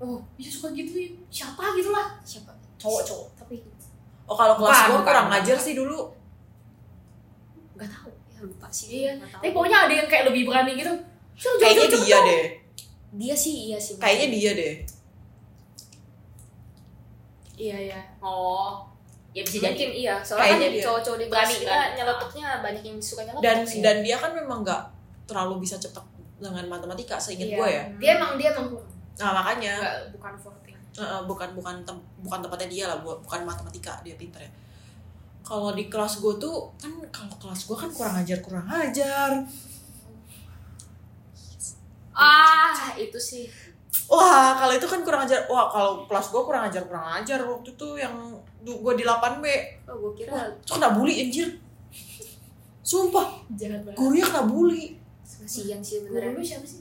Speaker 2: Oh, bisa suka gituin. Siapa gitu lah. Siapa? Cowok-cowok. Tapi
Speaker 1: Oh kalau kelas
Speaker 4: Bukan,
Speaker 1: gue
Speaker 4: bukan,
Speaker 1: kurang
Speaker 4: bukan.
Speaker 1: ngajar sih dulu.
Speaker 2: nggak tahu.
Speaker 3: ya lupa sih
Speaker 2: Iya.
Speaker 3: nggak tahu.
Speaker 2: Tapi pokoknya ada yang kayak lebih berani gitu. Sel jangan
Speaker 1: Kayaknya
Speaker 2: cepet-cepet
Speaker 1: dia
Speaker 2: dong.
Speaker 1: deh.
Speaker 2: Dia sih iya sih.
Speaker 1: Kayaknya dia deh.
Speaker 2: Iya iya.
Speaker 4: Oh, ya bisa jadi.
Speaker 3: mungkin iya soalnya kan
Speaker 1: Kayaknya
Speaker 3: jadi
Speaker 1: dia.
Speaker 3: cowok-cowok di
Speaker 4: Berani
Speaker 3: berani kita
Speaker 4: kan?
Speaker 3: nyeletuknya banyak yang suka ya. nyeletuk
Speaker 1: Dan
Speaker 3: sih.
Speaker 1: dan dia kan memang nggak terlalu bisa cetek dengan matematika seingat
Speaker 2: Iya.
Speaker 1: gue ya.
Speaker 2: Dia emang dia emang kurang.
Speaker 1: Nah makanya
Speaker 2: Nggak, bukan forte.
Speaker 1: Eh, eh, bukan bukan tem- bukan tempatnya dia lah bu- bukan matematika dia pinter ya kalau di kelas gue tuh kan kalau kelas gue kan kurang ajar kurang ajar
Speaker 3: ah itu sih
Speaker 1: wah kalau itu kan kurang ajar wah kalau kelas gue kurang ajar kurang ajar waktu itu yang gue di 8 b
Speaker 3: oh gue kira
Speaker 1: itu kena bully anjir sumpah
Speaker 2: Jahat banget.
Speaker 1: gurunya kena bully
Speaker 3: kasihan sih
Speaker 2: Guru lu
Speaker 3: beneran
Speaker 2: siapa sih?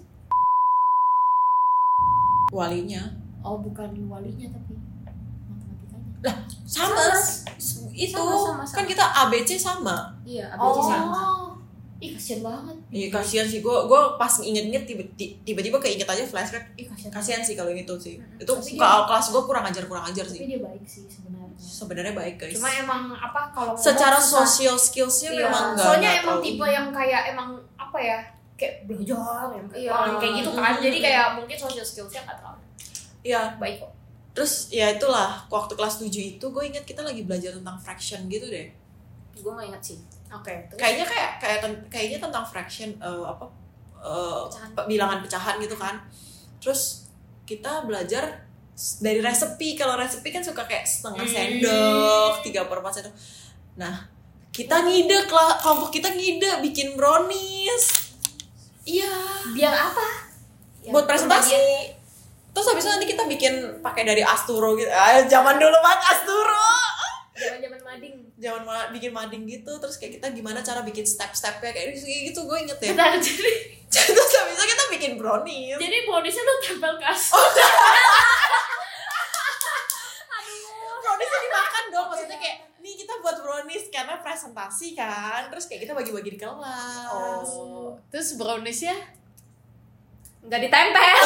Speaker 1: walinya
Speaker 2: Oh, bukan walinya tapi matematikanya.
Speaker 1: sama,
Speaker 3: Sama.
Speaker 1: s- s- itu
Speaker 3: Sama, sama, sama.
Speaker 1: kan kita abc sama
Speaker 3: iya
Speaker 2: Oh.
Speaker 3: abis sama
Speaker 2: Ih, kasihan banget.
Speaker 1: Iya kasihan sih gue gue pas inget-inget tiba- ti- tiba-tiba keinget aja flashback
Speaker 2: Ih, kasihan.
Speaker 1: kasihan sih kalau gitu sih
Speaker 3: Mm-mm.
Speaker 1: itu
Speaker 2: Tapi
Speaker 1: kalau kelas gue kurang ajar kurang ajar
Speaker 2: Tapi
Speaker 1: sih
Speaker 2: dia baik sih sebenarnya.
Speaker 1: sebenarnya baik guys
Speaker 2: Cuma emang apa kalau ngomong
Speaker 1: secara
Speaker 2: susah.
Speaker 1: social skillsnya
Speaker 2: Iya.
Speaker 1: memang nggak
Speaker 2: Soalnya
Speaker 1: nggak
Speaker 2: emang
Speaker 1: terlalu-
Speaker 2: tipe yang kayak emang apa ya? Kayak belajar yang kayak
Speaker 3: Iya.
Speaker 2: orang kayak gitu kan. Jadi
Speaker 3: Mm-mm.
Speaker 2: kayak mungkin social skills-nya nggak terlalu
Speaker 1: Iya.
Speaker 2: baik kok.
Speaker 1: terus ya itulah waktu kelas 7 itu gue inget kita lagi belajar tentang fraction gitu deh
Speaker 3: gue gak inget sih
Speaker 2: Oke.
Speaker 1: kayaknya kayak kayak ten- kayaknya tentang fraction eh, apa eh,
Speaker 3: Pecahan.
Speaker 1: pe- bilangan pecahan gitu kan terus kita belajar s- dari resepi kalau resepi kan suka kayak setengah
Speaker 4: Hmm.
Speaker 1: sendok tiga per empat sendok nah kita ngide lah kelompok kita ngide bikin brownies iya
Speaker 2: Biar apa? Ya,
Speaker 1: buat presentasi terus habis itu nanti kita bikin pakai dari Asturo gitu ah zaman dulu banget Asturo
Speaker 3: zaman zaman mading
Speaker 1: zaman ma- bikin mading gitu terus kayak kita gimana cara bikin step-stepnya kayak gitu, gitu gue inget ya
Speaker 2: Bentar, jadi
Speaker 1: terus habis itu kita bikin brownies
Speaker 2: jadi bonusnya lu tempel ke asli.
Speaker 1: browniesnya dimakan dong maksudnya kayak nih kita buat brownies karena presentasi kan terus kayak kita bagi-bagi di kelas
Speaker 2: Oh. Terus browniesnya
Speaker 3: nggak ditempel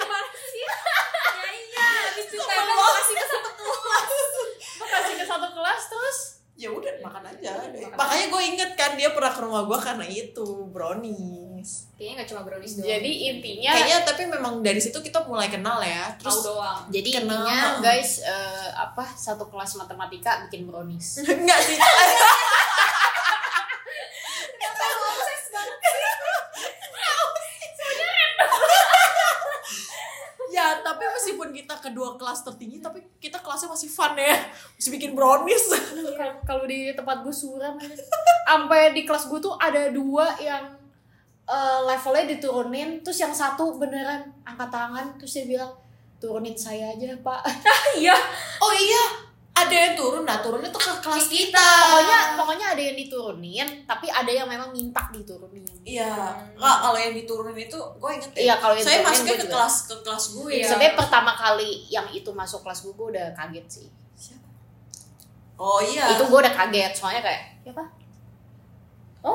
Speaker 3: gimana sih ya iya abis ditempel kasih ke satu
Speaker 2: kasih ke satu kelas terus
Speaker 1: ya udah makan aja deh.
Speaker 3: Makan.
Speaker 1: makanya gue inget kan dia pernah ke rumah gue karena itu brownies
Speaker 3: kayaknya gak cuma brownies doang
Speaker 2: jadi intinya
Speaker 1: kayaknya tapi memang dari situ kita mulai kenal ya
Speaker 3: tahu
Speaker 1: terus
Speaker 3: doang
Speaker 2: jadi
Speaker 1: Kenal.
Speaker 2: intinya guys eh, apa satu kelas matematika bikin brownies
Speaker 1: enggak sih ya tapi meskipun kita kedua kelas tertinggi tapi kita kelasnya masih fun ya masih bikin brownies
Speaker 2: Kalau- kalau di tempat gue suram aja. sampai di kelas gue tuh ada dua yang eh, levelnya diturunin terus yang satu beneran angkat tangan terus dia bilang turunin saya aja pak
Speaker 3: iya
Speaker 1: oh iya ada yang turun nah turunnya tuh ke kelas kita
Speaker 2: pokoknya pokoknya ada yang diturunin tapi ada yang memang minta diturunin
Speaker 1: iya nggak kalau yang diturunin itu gue inget ya
Speaker 2: Iya, kalau yang
Speaker 1: saya
Speaker 2: diturunin
Speaker 1: masuknya
Speaker 2: gua
Speaker 1: ke
Speaker 2: juga.
Speaker 1: kelas ke kelas gue ya.
Speaker 3: Iya.
Speaker 2: sebenarnya pertama kali yang itu masuk kelas gue gue udah kaget sih
Speaker 1: oh iya
Speaker 2: itu gue udah kaget soalnya kayak siapa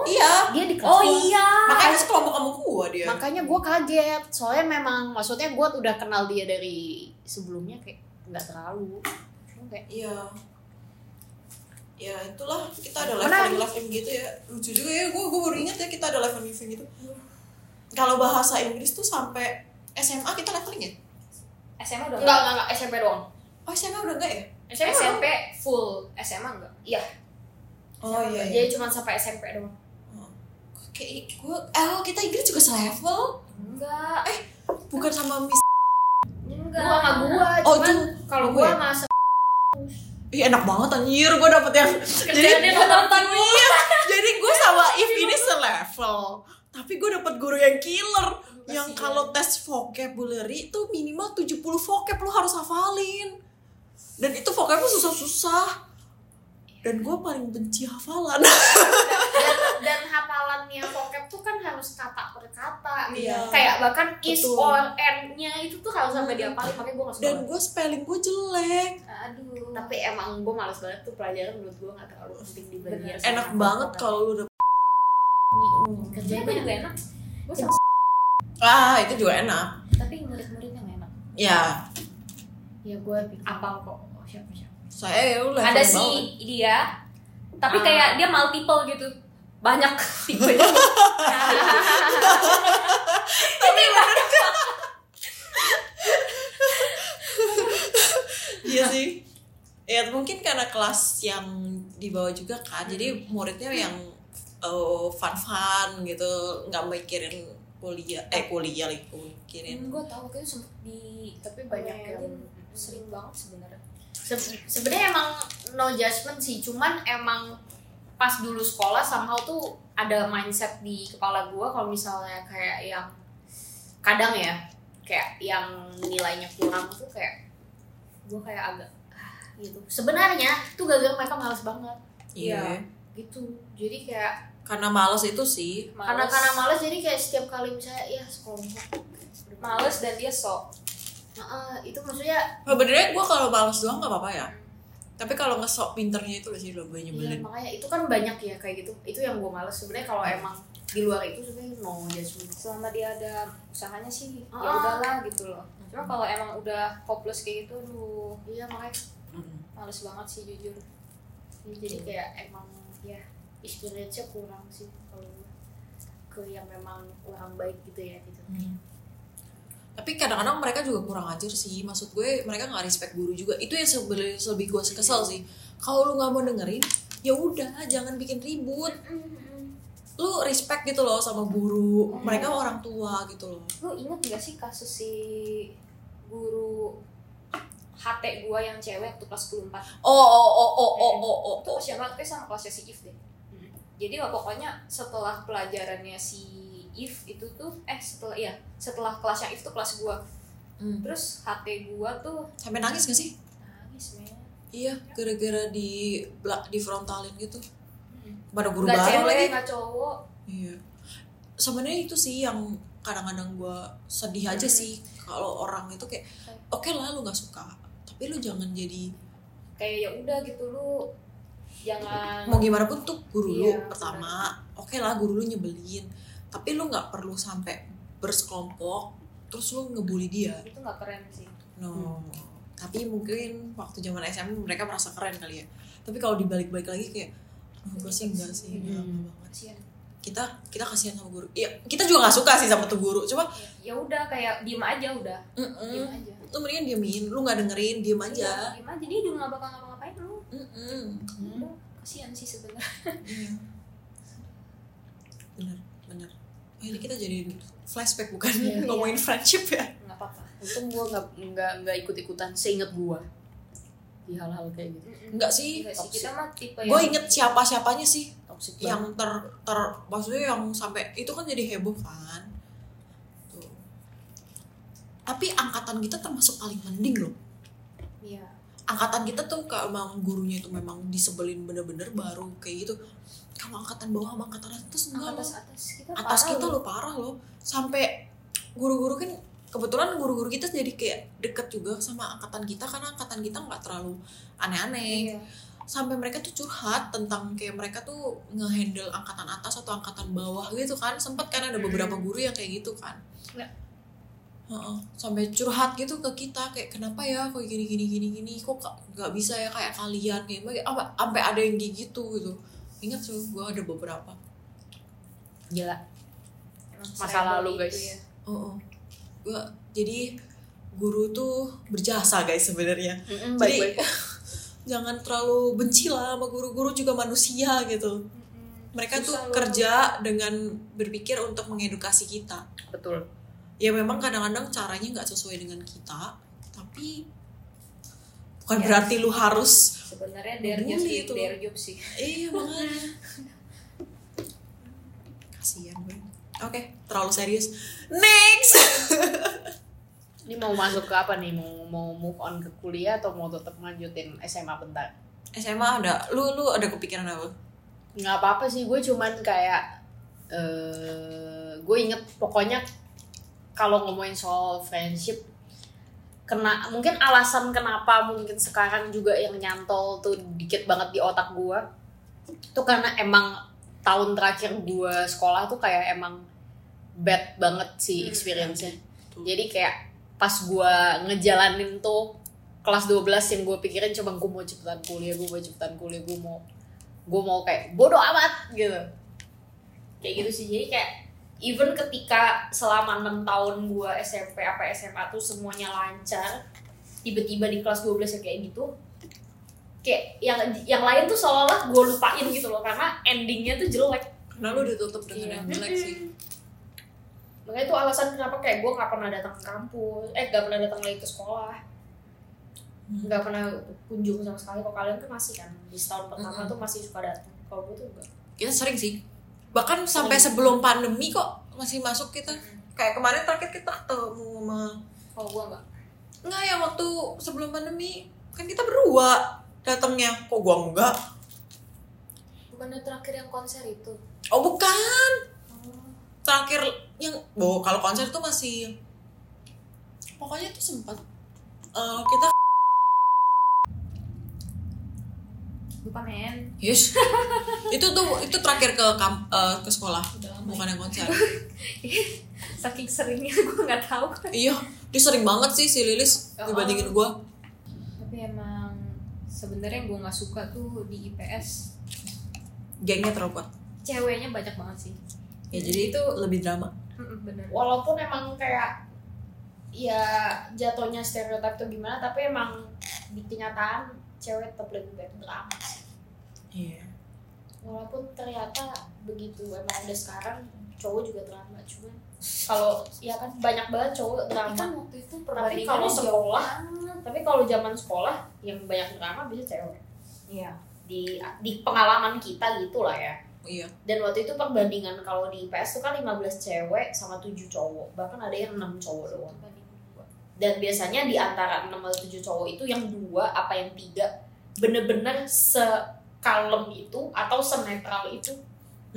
Speaker 1: iya
Speaker 2: dia di kelas
Speaker 3: oh
Speaker 2: gua.
Speaker 3: iya
Speaker 1: makanya sekelompok kamu gue dia
Speaker 2: makanya gue kaget soalnya memang maksudnya gue udah kenal dia dari sebelumnya kayak nggak terlalu Cuma kayak
Speaker 1: Iya. Ya itulah kita ada
Speaker 2: Menarik.
Speaker 1: leveling leveling gitu ya. Lucu juga ya. Gue gue baru inget ya kita ada leveling leveling gitu. Kalau bahasa Inggris tuh sampai SMA kita leveling ya?
Speaker 3: SMA udah
Speaker 2: nggak nggak SMP doang
Speaker 1: Oh SMA udah enggak ya?
Speaker 2: SMP, doang.
Speaker 3: SMP full SMA enggak
Speaker 1: Oh iya.
Speaker 3: jadi cuma sampai SMP doang
Speaker 1: kayak gue eh oh, kita Inggris juga selevel
Speaker 3: Enggak.
Speaker 1: bukan sama Miss
Speaker 3: Enggak.
Speaker 2: Bukan sama gua,
Speaker 1: Oh,
Speaker 2: cuman
Speaker 1: itu
Speaker 2: kalau
Speaker 1: gue
Speaker 2: gua
Speaker 1: ya?
Speaker 2: sama se-
Speaker 1: Ih enak banget anjir gue dapet yang
Speaker 3: Kerjaannya nonton
Speaker 1: Iya, jadi gue sama If ini selevel tapi gue dapet guru yang killer yang kalau tes vocabulary itu minimal 70 vocab lo harus hafalin dan itu vocabnya susah-susah dan gue paling benci hafalan
Speaker 2: dan, dan hafalannya vocab tuh kan harus kata per kata.
Speaker 1: Iya.
Speaker 2: Kayak bahkan is
Speaker 1: Betul.
Speaker 2: or and-nya itu tuh harus sampai
Speaker 3: Hmm.
Speaker 2: diapalin, makanya gua gak suka.
Speaker 1: dan gue spelling gue jelek
Speaker 3: Aduh.
Speaker 2: banget. Tapi emang gua males banget tuh pelajaran menurut gua gak terlalu penting dibandingin.
Speaker 3: Bener.
Speaker 2: sama
Speaker 1: enak
Speaker 2: hafalan
Speaker 1: banget
Speaker 2: vocab.
Speaker 1: kalau lu udah
Speaker 2: Hmm, Kerjanya
Speaker 3: Kerjanya gue juga enak. Gue sama
Speaker 1: ah itu juga enak
Speaker 3: tapi murid-muridnya gak enak.
Speaker 1: ya
Speaker 2: ya gua pikir
Speaker 3: Apal kok. Oh, siapa siapa.
Speaker 1: saya lu level
Speaker 3: Ada
Speaker 1: banget.
Speaker 3: si dia. Tapi
Speaker 2: Ah.
Speaker 3: kayak dia multiple gitu. Banyak tipe
Speaker 1: Iya sih. Ya mungkin karena kelas yang di bawah juga kan. Jadi muridnya yang eh, fun-fun gitu, nggak mikirin kuliah eh kuliah lagi mikirin.
Speaker 3: gue tau waktu itu sempet di
Speaker 2: tapi banyak yang
Speaker 3: sering banget sebenarnya.
Speaker 2: Se- sebenarnya emang no judgment sih cuman emang pas dulu sekolah somehow tuh ada mindset di kepala gua kalau misalnya kayak yang kadang ya kayak yang nilainya kurang tuh kayak gua kayak agak "Ah," gitu sebenarnya tuh gara-gara mereka males banget
Speaker 1: Iya.
Speaker 2: gitu jadi kayak
Speaker 1: Karena males itu sih.
Speaker 2: karena
Speaker 3: Males.
Speaker 2: karena males jadi kayak setiap kali misalnya ya sekelompok
Speaker 3: males dan dia sok.
Speaker 2: Nah, eh, itu maksudnya
Speaker 1: Sebenarnya gue kalau males doang nggak apa-apa ya. Tapi kalau ngesok pinternya itu sih udah banyak
Speaker 2: iya,
Speaker 1: nyebelin.
Speaker 2: makanya itu kan banyak ya kayak gitu itu yang gua males sebenarnya kalau emang di luar itu sebenarnya no judgment
Speaker 3: Selama dia ada usahanya sih,
Speaker 2: Ah. Hmm.
Speaker 3: ya udahlah gitu loh. Cuma kalau emang udah hopeless kayak gitu, aduh
Speaker 2: iya makanya
Speaker 1: Mm.
Speaker 3: males banget sih jujur. Gitu.
Speaker 2: ya, jadi kayak emang ya experience-nya kurang sih kalau ke yang memang orang baik gitu ya gitu
Speaker 1: Tapi kadang-kadang mereka juga kurang ajar sih. Maksud gue mereka nggak respect guru juga. Itu yang sebenarnya lebih gue kesel sih. Kalau lu nggak mau dengerin, ya udah jangan bikin ribut. lu respect gitu loh sama guru mereka orang tua gitu loh
Speaker 3: Lu inget gak sih kasus si guru HT gua yang cewek waktu kelas 14
Speaker 1: oh oh oh oh oh oh oh,
Speaker 3: Itu usia banget kayak sama kelasnya si If deh
Speaker 2: Hmm.
Speaker 3: Jadi wah, pokoknya setelah pelajarannya si If itu tuh Eh setelah ya setelah kelasnya If tuh kelas gua
Speaker 1: Hmm.
Speaker 3: Terus HT gua tuh
Speaker 1: sampai nangis gak sih
Speaker 3: nangis men
Speaker 1: iya gara-gara di belak di frontalin gitu pada guru
Speaker 3: Gak
Speaker 1: baru lagi
Speaker 3: cewek, gak cowok
Speaker 1: iya sebenarnya itu sih yang kadang-kadang gue sedih aja
Speaker 3: Hmm.
Speaker 1: sih kalau orang itu kayak oke lah lu nggak suka tapi lu jangan jadi
Speaker 3: Kayak ya udah gitu lu Jangan
Speaker 1: mau gimana pun tuh guru lu
Speaker 3: Hmm. Iya,
Speaker 1: pertama oke lah guru lu nyebelin tapi lu nggak perlu sampai bersekelompok terus lu ngebully dia
Speaker 3: Itu gak keren sih
Speaker 1: No.
Speaker 3: Hmm.
Speaker 1: Tapi mungkin waktu zaman SMA mereka merasa keren kali ya. Tapi kalau dibalik-balik lagi kayak oh, gue sih enggak sih, enggak
Speaker 2: Hmm.
Speaker 1: banget.
Speaker 3: Kasian
Speaker 1: Kita kita kasihan sama guru. Iya, kita juga nggak suka sih sama tuh guru. Cuma
Speaker 3: Ya udah kayak diem aja udah Diem
Speaker 1: mm
Speaker 3: aja
Speaker 1: lu mendingan diemin, lu nggak dengerin, diem aja.
Speaker 3: Iya, diem aja dia juga gak bakal ngapa-ngapain lu
Speaker 2: Iya.
Speaker 1: Mm-mm. Hmm.
Speaker 3: Udah, kasihan sih sebenarnya
Speaker 1: Iya. Bener, bener. Oh, ini kita jadi flashback bukan
Speaker 2: Iya, iya.
Speaker 1: ngomongin friendship ya.
Speaker 3: nggak apa-apa
Speaker 2: untung gua nggak nggak nggak ikut ikutan seinget gua di hal-hal kayak gitu
Speaker 1: Enggak Iya sih.
Speaker 4: Iya
Speaker 3: Enggak sih kita mah tipe
Speaker 1: Gue inget siapa siapanya sih
Speaker 2: Oh, iya. toxic banget
Speaker 1: yang ter ter maksudnya yang sampai itu kan jadi heboh kan Tuh. tapi angkatan kita termasuk paling mending loh
Speaker 3: iya
Speaker 1: angkatan kita tuh kalau emang gurunya itu memang disebelin bener-bener baru kayak gitu kalau angkatan bawah sama angkatan atas enggak loh
Speaker 3: atas atas kita
Speaker 1: atas
Speaker 3: parah
Speaker 2: gitu.
Speaker 1: kita
Speaker 3: loh.
Speaker 1: loh parah loh sampai guru-guru kan kebetulan guru-guru kita jadi kayak deket juga sama angkatan kita karena angkatan kita nggak terlalu aneh-aneh
Speaker 3: iya
Speaker 1: sampai mereka tuh curhat tentang kayak mereka tuh ngehandle angkatan atas atau angkatan bawah gitu kan sempat kan ada beberapa guru yang kayak gitu kan
Speaker 3: Nah.
Speaker 2: Ya.
Speaker 1: Heeh. sampai curhat gitu ke kita kayak kenapa ya kok gini gini gini gini kok ka- nggak bisa ya kayak kalian kayak baga- apa sampai ada yang kayak gitu gitu ingat tuh gue ada beberapa
Speaker 2: gila
Speaker 3: Emang
Speaker 2: Masa
Speaker 3: seremble
Speaker 2: lalu,
Speaker 4: gitu
Speaker 3: itu
Speaker 2: guys.
Speaker 3: ya.
Speaker 1: oh, oh. Gua, jadi guru tuh berjasa guys sebenarnya
Speaker 4: Hmm,
Speaker 2: baik-baik
Speaker 1: jadi jangan terlalu benci lah sama guru-guru juga manusia gitu
Speaker 3: Mm-mm.
Speaker 1: mereka
Speaker 4: Susah
Speaker 1: tuh
Speaker 4: loh.
Speaker 1: kerja dengan berpikir untuk mengedukasi kita
Speaker 4: betul
Speaker 1: ya memang kadang-kadang caranya nggak sesuai dengan kita tapi bukan
Speaker 4: Ya.
Speaker 1: berarti lu harus
Speaker 4: sebenarnya dare
Speaker 1: Bully
Speaker 4: job sih
Speaker 1: itu.
Speaker 4: dare job sih
Speaker 1: iya makanya kasihan gue oke terlalu serius next
Speaker 2: Ini mau masuk ke apa nih? Mau mau move on ke kuliah atau mau tetap lanjutin SMA bentar?
Speaker 1: SMA ada lu lu ada kepikiran apa
Speaker 2: nggak apa-apa sih gue cuman kayak eh gue inget pokoknya kalau ngomongin soal friendship kena mungkin alasan kenapa mungkin sekarang juga yang nyantol tuh dikit banget di otak gue itu karena emang tahun terakhir gue sekolah tuh kayak emang bad banget sih
Speaker 4: Hmm.
Speaker 2: experience-nya jadi kayak pas gue ngejalanin tuh kelas 12 yang gue pikirin cuma gue mau cepetan kuliah gue mau cepetan kuliah gue mau gue mau kayak bodoh amat gitu
Speaker 4: kayak gitu sih jadi kayak even ketika selama enam tahun gua SMP apa SMA tuh semuanya lancar tiba-tiba di kelas 12 ya kayak gitu kayak yang yang lain tuh seolah-olah gue lupain gitu loh karena endingnya tuh jelek
Speaker 1: karena lu ditutup dengan
Speaker 4: Iya.
Speaker 1: yang jelek sih
Speaker 4: makanya itu alasan kenapa kayak gue nggak pernah datang ke kampus eh nggak pernah datang lagi ke sekolah
Speaker 1: Hmm.
Speaker 4: nggak pernah kunjung sama sekali kalau kalian tuh masih kan di setahun pertama
Speaker 1: Mm-mm.
Speaker 4: tuh masih suka datang kalau gue tuh enggak
Speaker 1: kita sering sih bahkan sampai sebelum pandemi kok masih masuk kita kayak kemarin terakhir kita ketemu sama
Speaker 4: kalau gue enggak
Speaker 1: Enggak ya waktu sebelum pandemi kan kita berdua datangnya kok gua enggak
Speaker 4: bukan terakhir yang konser itu
Speaker 1: oh bukan terakhir yang bo kalau konser tuh masih pokoknya tuh sempat eh, kita
Speaker 4: lupa men
Speaker 1: yes itu tuh itu terakhir ke kamp, eh, ke sekolah
Speaker 4: udah lama
Speaker 1: bukan yang konser
Speaker 4: saking seringnya gue nggak tahu
Speaker 1: iya dia sering banget sih si Lilis
Speaker 4: Oh.
Speaker 1: dibandingin gua
Speaker 4: tapi emang sebenarnya yang gue nggak suka tuh di IPS
Speaker 1: gengnya terlalu kuat
Speaker 4: ceweknya banyak banget sih
Speaker 1: ya
Speaker 4: Iya.
Speaker 1: jadi itu lebih drama
Speaker 4: bener
Speaker 2: walaupun emang kayak ya jatuhnya stereotip tuh gimana tapi emang
Speaker 4: di kenyataan cewek tetap lebih banyak drama
Speaker 1: iya
Speaker 4: walaupun ternyata begitu emang udah sekarang cowok juga drama cuman kalau ya kan banyak banget cowok drama
Speaker 3: waktu itu
Speaker 4: tapi kalau
Speaker 2: kan
Speaker 4: sekolah tapi kalau zaman sekolah yang banyak drama bisa cewek
Speaker 3: Iya.
Speaker 4: di di pengalaman kita gitu lah ya
Speaker 1: iya
Speaker 4: dan waktu itu perbandingan kalau di IPS tuh kan 15 cewek sama 7 cowok bahkan ada yang 6 cowok doang dan biasanya di antara 6 atau 7 cowok itu yang dua apa yang tiga bener-bener sekalem itu atau senetral itu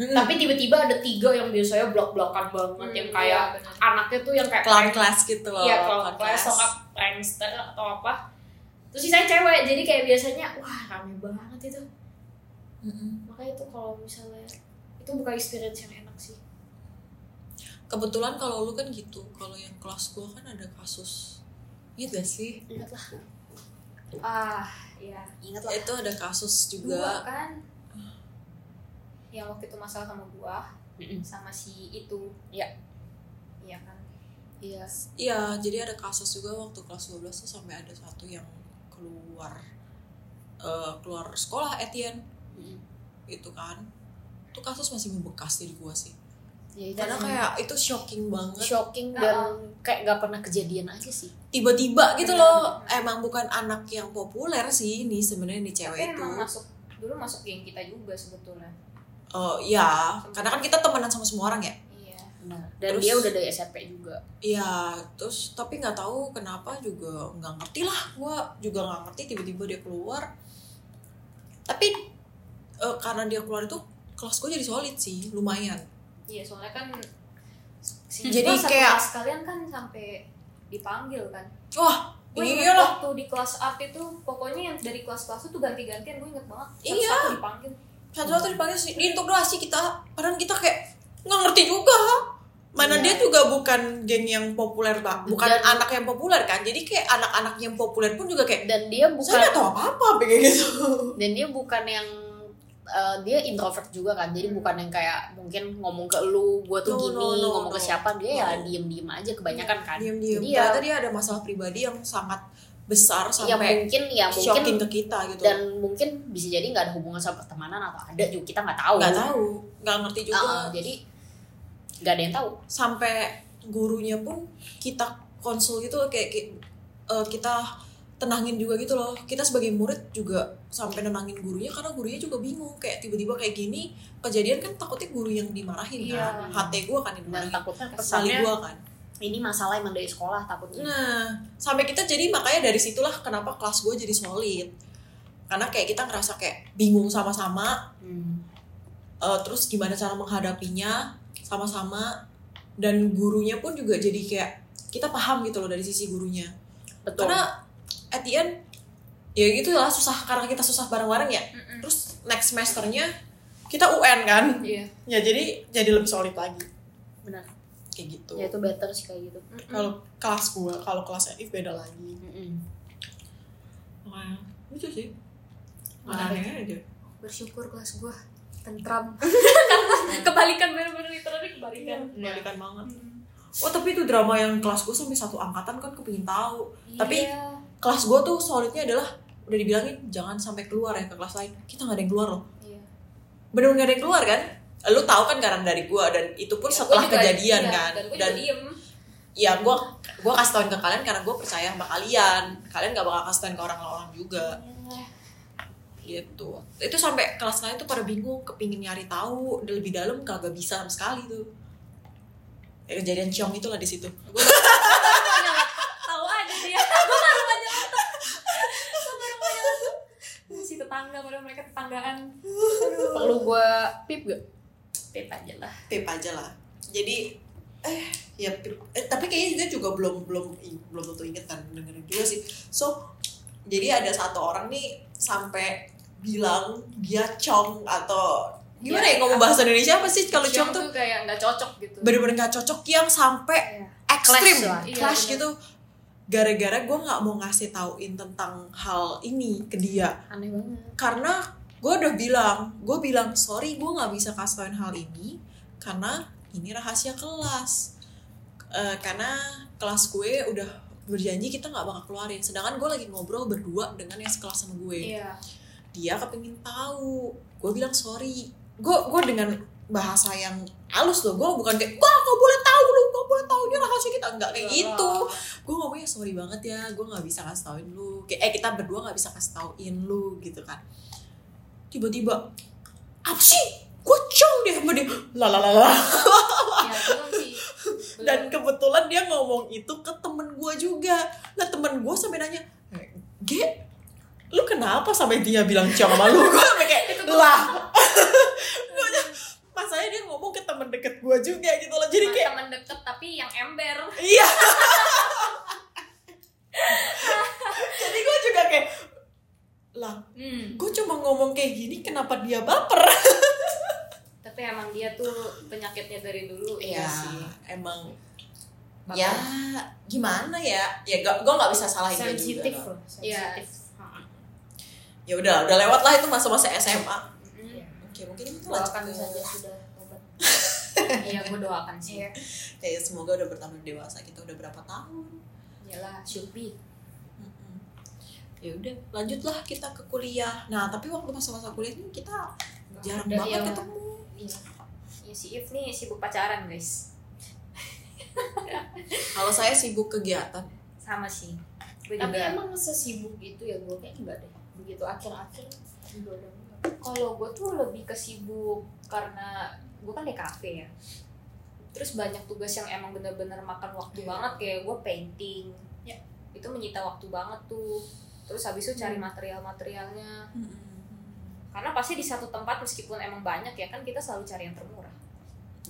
Speaker 1: Mm-mm.
Speaker 4: tapi tiba-tiba ada tiga yang biasanya blok-blokan banget yang kayak anaknya tuh yang kayak
Speaker 1: clown class gitu loh
Speaker 4: Iya, kalau
Speaker 1: clown
Speaker 4: kelas sama prankster atau apa. Terus sisanya cewek, jadi kayak biasanya wah rame banget itu.
Speaker 1: Mm-mm.
Speaker 4: Makanya itu kalau misalnya itu bukan experience yang enak sih.
Speaker 1: kebetulan kalau lu kan gitu kalau yang kelas gua kan ada kasus Ingat gak sih?
Speaker 4: Ingat lah. Ah, iya. Ingat lah.
Speaker 1: Itu ada kasus
Speaker 4: Dua
Speaker 1: juga
Speaker 4: kan. Yang waktu itu masalah sama gua
Speaker 2: Mm-mm.
Speaker 4: sama si itu.
Speaker 2: Iya.
Speaker 4: Iya kan.
Speaker 2: iya
Speaker 1: Iya jadi ada kasus juga waktu kelas 12 tuh sampai ada satu yang keluar eh, Keluar sekolah Etienne gitu kan Itu kasus masih membekas di gua sih
Speaker 2: ya
Speaker 4: Iya
Speaker 2: itu
Speaker 1: Karena kayak itu shocking banget
Speaker 2: shocking dan kayak gak pernah kejadian aja sih
Speaker 1: Tiba-tiba gitu
Speaker 3: Iya,
Speaker 1: loh Emang bukan anak yang populer sih ini sebenarnya nih cewek
Speaker 4: Kan
Speaker 3: Tapi
Speaker 1: itu
Speaker 3: emang masuk dulu masuk geng kita juga sebetulnya.
Speaker 1: Oh iya Karena kan kita temenan sama semua orang ya
Speaker 3: Iya.
Speaker 2: dan
Speaker 1: Terus-
Speaker 2: dia udah dari SMP juga
Speaker 1: Iya, terus tapi nggak tahu kenapa juga nggak ngerti lah. Gua juga nggak ngerti tiba-tiba dia keluar. Tapi eh, karena dia keluar itu kelas gue jadi solid sih, lumayan.
Speaker 3: Iya, soalnya kan si
Speaker 1: Jadi
Speaker 3: Jiwa sama
Speaker 1: kayak-
Speaker 3: kelas kalian kan sampai dipanggil kan.
Speaker 1: Wah,
Speaker 3: Gue
Speaker 1: iya
Speaker 3: inget
Speaker 1: lah.
Speaker 3: waktu di kelas art itu pokoknya yang dari kelas-kelas itu ganti-gantian gue inget banget.
Speaker 1: Iya.
Speaker 3: Satu-satu dipanggil.
Speaker 1: Satu-satu dipanggil sih, diintegrasi kita. Padahal kita kayak nggak ngerti juga. Mana dia juga bukan geng yang populer, Pak. Bukan
Speaker 2: Iya. Dan-
Speaker 1: anak yang populer kan. Jadi kayak anak-anak yang populer pun juga kayak
Speaker 2: dan dia
Speaker 1: saya nggak
Speaker 2: bukan
Speaker 1: tahu apa-apa kayak gitu.
Speaker 2: dan dia bukan yang eh, dia introvert juga kan jadi
Speaker 4: Hmm.
Speaker 2: bukan yang kayak mungkin ngomong ke lu gue tuh
Speaker 1: No,
Speaker 2: gini
Speaker 1: no, no,
Speaker 2: ngomong ke
Speaker 1: no.
Speaker 2: siapa dia ya
Speaker 1: No.
Speaker 2: diem diem aja kebanyakan kan
Speaker 1: diam-diam.
Speaker 2: Iya.
Speaker 1: Ternyata dia ada masalah pribadi yang sangat besar
Speaker 2: ya
Speaker 1: sampai
Speaker 2: mungkin ya
Speaker 1: shocking
Speaker 2: mungkin
Speaker 1: ke kita gitu
Speaker 2: dan mungkin bisa jadi nggak ada hubungan sama pertemanan atau ada juga kita nggak tahu
Speaker 1: nggak tahu nggak ngerti juga
Speaker 2: Ah, ah, jadi nggak ada yang tahu
Speaker 1: sampai gurunya pun kita konsul gitu kayak ki- eh, kita tenangin juga gitu loh kita sebagai murid juga sampai nenangin gurunya karena gurunya juga bingung kayak tiba-tiba kayak gini kejadian kan takutnya guru yang dimarahin
Speaker 3: Iya.
Speaker 2: Nah.
Speaker 1: kan hati gua kan yang
Speaker 2: dan
Speaker 1: dimarahin
Speaker 2: takutnya
Speaker 1: Kesali
Speaker 2: kesannya
Speaker 1: gua kan
Speaker 2: ini masalah emang dari sekolah takutnya
Speaker 1: nah sampai kita jadi makanya dari situlah kenapa kelas gua jadi solid karena kayak kita ngerasa kayak bingung sama-sama
Speaker 2: Hmm.
Speaker 1: Eh, terus gimana cara menghadapinya sama-sama dan gurunya pun juga jadi kayak kita paham gitu loh dari sisi gurunya
Speaker 2: betul
Speaker 1: karena at the end ya gitu lah susah karena kita susah bareng-bareng ya
Speaker 2: Hmm.
Speaker 1: terus next semesternya kita UN kan
Speaker 3: Iya.
Speaker 1: ya jadi jadi lebih solid lagi
Speaker 2: benar
Speaker 1: kayak gitu
Speaker 2: ya itu better sih kayak gitu
Speaker 1: kalau kelas gua kalau kelas If beda lagi
Speaker 2: Mm-mm.
Speaker 1: Wah, itu sih
Speaker 2: Menarik.
Speaker 1: Aneh aja
Speaker 4: bersyukur kelas gua tentram
Speaker 3: Kebalikan bener-bener literally kebalikan.
Speaker 1: Balikan kan banget
Speaker 2: Hmm.
Speaker 1: Oh tapi itu drama yang kelas gue sampai satu angkatan kan kepingin tahu Tapi
Speaker 3: Iya,
Speaker 1: kelas gue tuh solidnya adalah udah dibilangin jangan sampai keluar ya ke kelas lain kita nggak ada yang keluar loh
Speaker 4: Iya.
Speaker 1: bener nggak ada yang keluar kan lu tahu kan karena dari gue dan itu
Speaker 3: Ya,
Speaker 1: pun setelah kejadian kan
Speaker 3: iya, Dan gue
Speaker 1: dan
Speaker 3: juga diem.
Speaker 1: ya gue gue kasih tauin ke kalian karena gue percaya sama kalian kalian gak bakal kasih tauin ke orang-orang juga gitu itu sampai kelas lain tuh pada bingung kepingin nyari tahu udah lebih dalam kagak bisa sama sekali tuh Ya, kejadian ciong itulah di situ
Speaker 3: Tahu aja dia. Gue baru aja nonton. Gue baru aja nonton. Si tetangga padahal mereka tetanggaan.
Speaker 2: perlu gue pip gak
Speaker 3: Pip aja lah.
Speaker 1: pip aja lah jadi eh ya pip. Eh, tapi kayaknya dia juga belum belum belum tentu inget kan dengerin juga sih so jadi ada satu orang nih sampai bilang dia cong atau gimana ya,
Speaker 2: Iya,
Speaker 3: Ya,
Speaker 1: ngomong bahasa Indonesia apa sih kalau cong
Speaker 3: Cium
Speaker 1: tuh
Speaker 3: tuh kayak nggak cocok gitu.
Speaker 1: bener-bener gak cocok yang sampai ekstrim
Speaker 2: Iya. Clash lah.
Speaker 3: Iya,
Speaker 1: clash
Speaker 3: bener.
Speaker 1: gitu gara-gara gue nggak mau ngasih tauin tentang hal ini ke dia
Speaker 2: aneh banget
Speaker 1: karena gue udah bilang gue bilang sorry gue nggak bisa kasih tauin hal ini karena ini rahasia kelas Eh, karena kelas gue udah berjanji kita nggak bakal keluarin sedangkan gue lagi ngobrol berdua dengan yang sekelas sama gue
Speaker 3: Iya.
Speaker 1: dia kepingin tahu gue bilang sorry gue gue dengan bahasa yang halus loh gue bukan kayak gue nggak boleh tahu lu nggak boleh tahu ini rahasia kita nggak kayak
Speaker 3: Iya.
Speaker 1: gitu gue ngomongnya sorry banget ya gue nggak bisa kasih tauin lu kayak eh kita berdua nggak bisa kasih tauin lu gitu kan tiba-tiba apa sih gue cong deh sama dia lalalala
Speaker 3: Iya, belum sih. Belum.
Speaker 1: dan kebetulan dia ngomong itu ke temen gue juga nah temen gue sampai nanya "Eh, ge lu kenapa sampai dia bilang cong sama lu gue sampai kayak lah Gua aja- masalahnya dia ngomong ke temen deket gue juga gitu loh jadi kayak
Speaker 3: teman deket tapi yang ember.
Speaker 1: Iya. Jadi gue juga kayak lah,
Speaker 3: Hmm.
Speaker 1: gue cuma ngomong kayak gini kenapa dia baper?
Speaker 3: Tapi emang dia tuh penyakitnya dari dulu.
Speaker 1: Iya sih, emang
Speaker 3: Baper.
Speaker 1: ya gimana ya? Ya gak, gue nggak bisa
Speaker 4: Iya,
Speaker 1: salahin dia
Speaker 2: sensitif
Speaker 1: juga. dong.
Speaker 2: loh
Speaker 3: Iya.
Speaker 2: sensitif
Speaker 1: Ya udah, udah lewat lah itu masa-masa SMA.
Speaker 3: Mm.
Speaker 1: Oke, mungkin itu
Speaker 4: doakan
Speaker 1: lanjut ke-
Speaker 4: saja sudah obat
Speaker 3: Iya, gue doakan sih.
Speaker 4: Iya.
Speaker 1: Ya, semoga udah bertambah dewasa kita udah berapa tahun.
Speaker 3: Iyalah, should be.
Speaker 1: Mm-mm. Ya udah, lanjutlah kita ke kuliah. Nah, tapi waktu masa-masa kuliah ini kita jarang
Speaker 2: Udah,
Speaker 1: banget
Speaker 2: iya.
Speaker 1: ketemu.
Speaker 3: Ya, si If nih sibuk pacaran, guys.
Speaker 1: Kalau saya sibuk kegiatan.
Speaker 3: Sama sih. Gue
Speaker 2: tapi
Speaker 3: juga.
Speaker 2: emang sesibuk itu ya gue kayak enggak deh begitu akhir-akhir juga udah enggak.
Speaker 3: Kalau gue tuh lebih ke sibuk karena gue kan di kafe ya. Terus banyak tugas yang emang bener-bener makan waktu
Speaker 1: Iya.
Speaker 3: banget kayak gue painting.
Speaker 2: Iya.
Speaker 3: Itu menyita waktu banget tuh. Terus habis itu cari material-materialnya. Karena pasti di satu tempat meskipun emang banyak ya kan kita selalu cari yang termurah.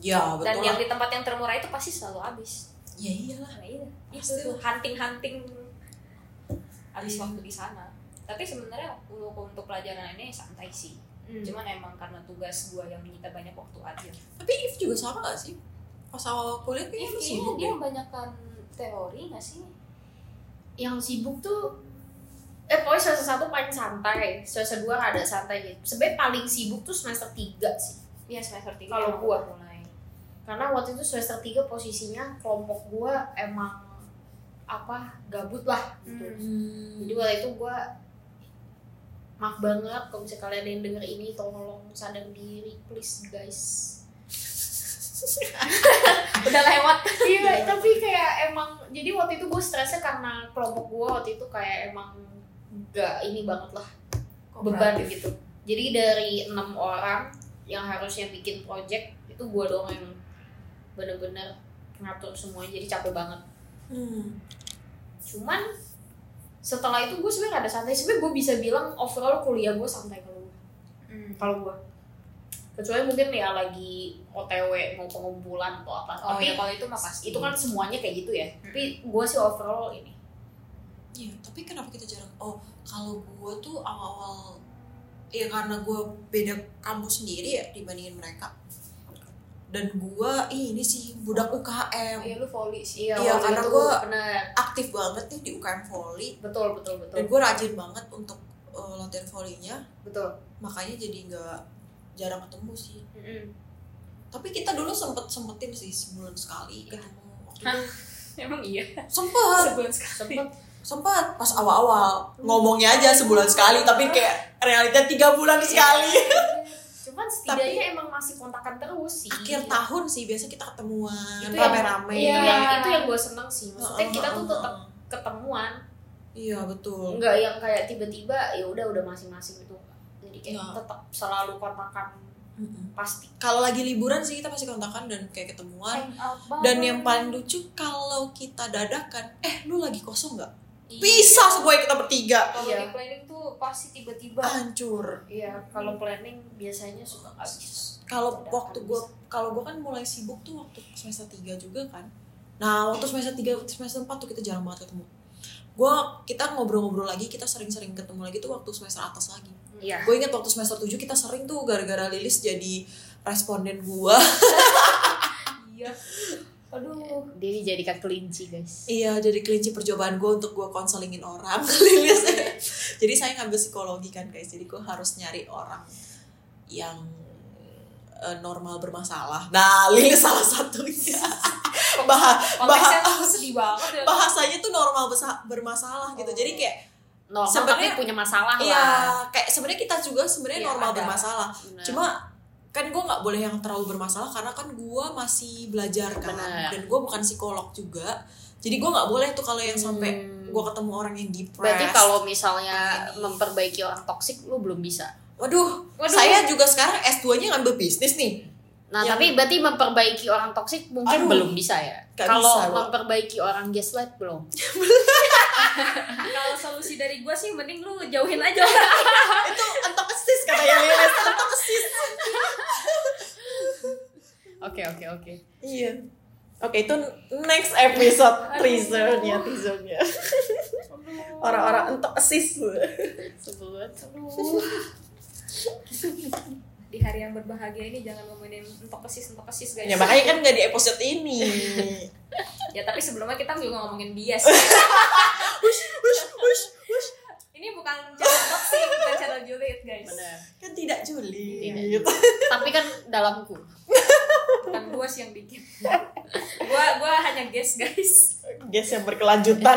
Speaker 1: Ya betul.
Speaker 3: Dan yang
Speaker 1: lah.
Speaker 3: di tempat yang termurah itu pasti selalu habis.
Speaker 1: Ya iyalah.
Speaker 3: Nah, iya. Itu
Speaker 1: Pasti
Speaker 3: tuh hunting-hunting habis
Speaker 1: Iya.
Speaker 3: waktu di sana. Tapi sebenarnya untuk untuk pelajaran ini santai sih. Cuman emang karena tugas gue yang menyita banyak waktu aja.
Speaker 1: Tapi If juga sama gak sih? Pas awal kuliah kayaknya lu
Speaker 3: Iya, kayaknya
Speaker 1: sibuk ya?
Speaker 3: dia
Speaker 1: deh.
Speaker 3: kebanyakan teori nggak sih?
Speaker 2: yang sibuk tuh eh pokoknya semester satu paling santai semester dua rada santai gitu sebenarnya paling sibuk tuh semester tiga sih
Speaker 3: Iya semester tiga.
Speaker 2: Kalau
Speaker 3: emang
Speaker 2: gua.
Speaker 3: baru mulai.
Speaker 2: karena waktu itu semester tiga posisinya kelompok gua emang
Speaker 4: apa gabut lah gitu.
Speaker 3: Hmm.
Speaker 4: Jadi waktu itu gue maaf banget kalau misalnya kalian yang denger ini tolong sadar diri please guys.
Speaker 3: udah lewat
Speaker 4: Iya, tapi kayak emang jadi waktu itu gue stresnya karena kelompok gue waktu itu kayak emang gak ini banget lah beban gitu. Jadi dari enam orang yang harusnya bikin project itu gue doang yang bener-bener ngatur semuanya jadi capek banget.
Speaker 1: Hmm.
Speaker 4: Cuman setelah itu gue sebenarnya ada santai. Sebenarnya gue bisa bilang overall kuliah gue santai kalau gua.
Speaker 3: Hmm.
Speaker 4: kalau gue. Kecuali mungkin ya lagi OTW mau pengumpulan atau apa.
Speaker 3: oh
Speaker 1: iya.
Speaker 4: Tapi
Speaker 3: ya kalau itu mah pasti
Speaker 4: itu kan semuanya kayak gitu ya.
Speaker 1: Hmm.
Speaker 4: Tapi gue sih overall ini
Speaker 1: Iya, tapi kenapa kita jarang? Oh, kalau gue tuh awal-awal ya karena gue beda kampus sendiri ya dibandingin mereka. Dan gue ini sih budak UKM
Speaker 2: Iya lu volley sih.
Speaker 4: Iya,
Speaker 1: Iya,
Speaker 4: waktu
Speaker 1: karena
Speaker 4: itu
Speaker 1: gua-
Speaker 4: bener.
Speaker 1: aktif banget nih di UKM volley
Speaker 4: ya. Betul, betul, betul.
Speaker 1: dan gue rajin banget untuk eh, latihan volleynya
Speaker 4: Betul.
Speaker 1: makanya jadi nggak jarang ketemu sih
Speaker 4: Mm-mm.
Speaker 1: tapi kita dulu sempet sempetin sih sebulan sekali ketemu waktu
Speaker 3: Hah? emang iya
Speaker 1: itu. sempet
Speaker 3: sebulan sekali
Speaker 4: Sempet
Speaker 1: sempet pas awal-awal ngomongnya aja sebulan sekali tapi kayak realita tiga bulan sekali
Speaker 4: Iya. Cuman setidaknya emang masih kontakan terus sih.
Speaker 1: akhir tahun sih biasa kita ketemuan
Speaker 4: Itu yang-
Speaker 1: rame-rame
Speaker 4: Iya,
Speaker 2: Iya.
Speaker 4: yang- itu yang gue seneng sih. Maksudnya
Speaker 1: Heeh,
Speaker 4: kita tuh
Speaker 1: heeh,
Speaker 4: tetap
Speaker 1: heeh.
Speaker 4: ketemuan,
Speaker 1: iya betul
Speaker 4: nggak yang kayak tiba-tiba ya udah udah masing-masing gitu. Jadi kayak
Speaker 1: Iya.
Speaker 4: tetap selalu kontakan
Speaker 1: Mm-mm.
Speaker 4: pasti.
Speaker 1: kalau lagi liburan sih kita pasti kontakan dan kayak ketemuan
Speaker 2: Hangout banget.
Speaker 1: dan yang paling lucu kalau kita dadakan eh lu lagi kosong nggak bisa sebuah kita bertiga
Speaker 2: kalau
Speaker 4: Iya.
Speaker 2: di planning tuh pasti tiba-tiba.
Speaker 1: hancur
Speaker 4: Iya, kalau planning biasanya suka nggak bisa.
Speaker 1: kalau
Speaker 4: Dadakan
Speaker 1: waktu gue kalau gue kan mulai sibuk tuh waktu semester 3 juga kan nah waktu semester 3 semester 4 tuh kita jarang banget ketemu gue kita ngobrol-ngobrol lagi kita sering-sering ketemu lagi tuh waktu semester atas lagi
Speaker 4: Iya.
Speaker 1: gue inget waktu semester 7 kita sering tuh gara-gara Lilis jadi responden gue
Speaker 2: Iya. Aduh.
Speaker 4: Dia dijadikan kelinci guys.
Speaker 1: iya jadi kelinci percobaan gue untuk gue konselingin orang Lilis jadi saya ngambil psikologi kan guys jadi gue harus nyari orang yang eh, normal bermasalah nah Lilis salah satunya bah
Speaker 3: konteksnya tuh sedih banget ya
Speaker 1: bahasanya tuh normal besa- bermasalah gitu jadi kayak
Speaker 4: Normal
Speaker 1: Sebenarnya-
Speaker 4: tapi punya masalah
Speaker 1: iya
Speaker 4: lah. Nah,
Speaker 1: kayak sebenarnya kita juga sebenarnya
Speaker 3: Iya,
Speaker 1: normal
Speaker 3: ada.
Speaker 1: bermasalah
Speaker 4: Bener.
Speaker 1: cuma kan gue nggak boleh yang terlalu bermasalah karena kan gue masih belajar kan
Speaker 4: Bener.
Speaker 1: dan gue bukan psikolog juga jadi gue nggak boleh tuh kalau yang sampai
Speaker 4: Hmm.
Speaker 1: gue ketemu orang yang depressed
Speaker 4: Berarti kalau misalnya
Speaker 1: Ini.
Speaker 4: memperbaiki orang toksik lu belum bisa.
Speaker 1: waduh,
Speaker 4: Waduh.
Speaker 1: saya juga sekarang S 2 nya ngambil bisnis nih
Speaker 4: Nah,
Speaker 1: Yang-
Speaker 4: tapi berarti memperbaiki orang toksik mungkin
Speaker 1: Iya, Aduh.
Speaker 4: belum bisa ya.
Speaker 1: Gak
Speaker 4: Kalau
Speaker 1: bisa, loh.
Speaker 4: memperbaiki orang gaslight belum.
Speaker 3: kalau solusi dari gue sih mending lu jauhin aja
Speaker 1: itu antoksis kata yang Lilis antoksis
Speaker 4: Oke, oke, oke.
Speaker 1: iya oke itu next episode teasernya teasernya orang-orang antoksis
Speaker 4: Sebut.
Speaker 3: di hari yang berbahagia ini jangan ngomongin entok kesis entok kesis guys
Speaker 1: Ya makanya kan gak di episode ini.
Speaker 3: ya tapi sebelumnya kita juga ngomongin bias ini bukan channel toxic bukan channel julid guys
Speaker 4: Benar.
Speaker 1: kan tidak juli.
Speaker 4: Tidak. tapi kan dalamku.
Speaker 3: bukan gua sih yang bikin gua gua hanya guess guys
Speaker 1: Guys yang berkelanjutan.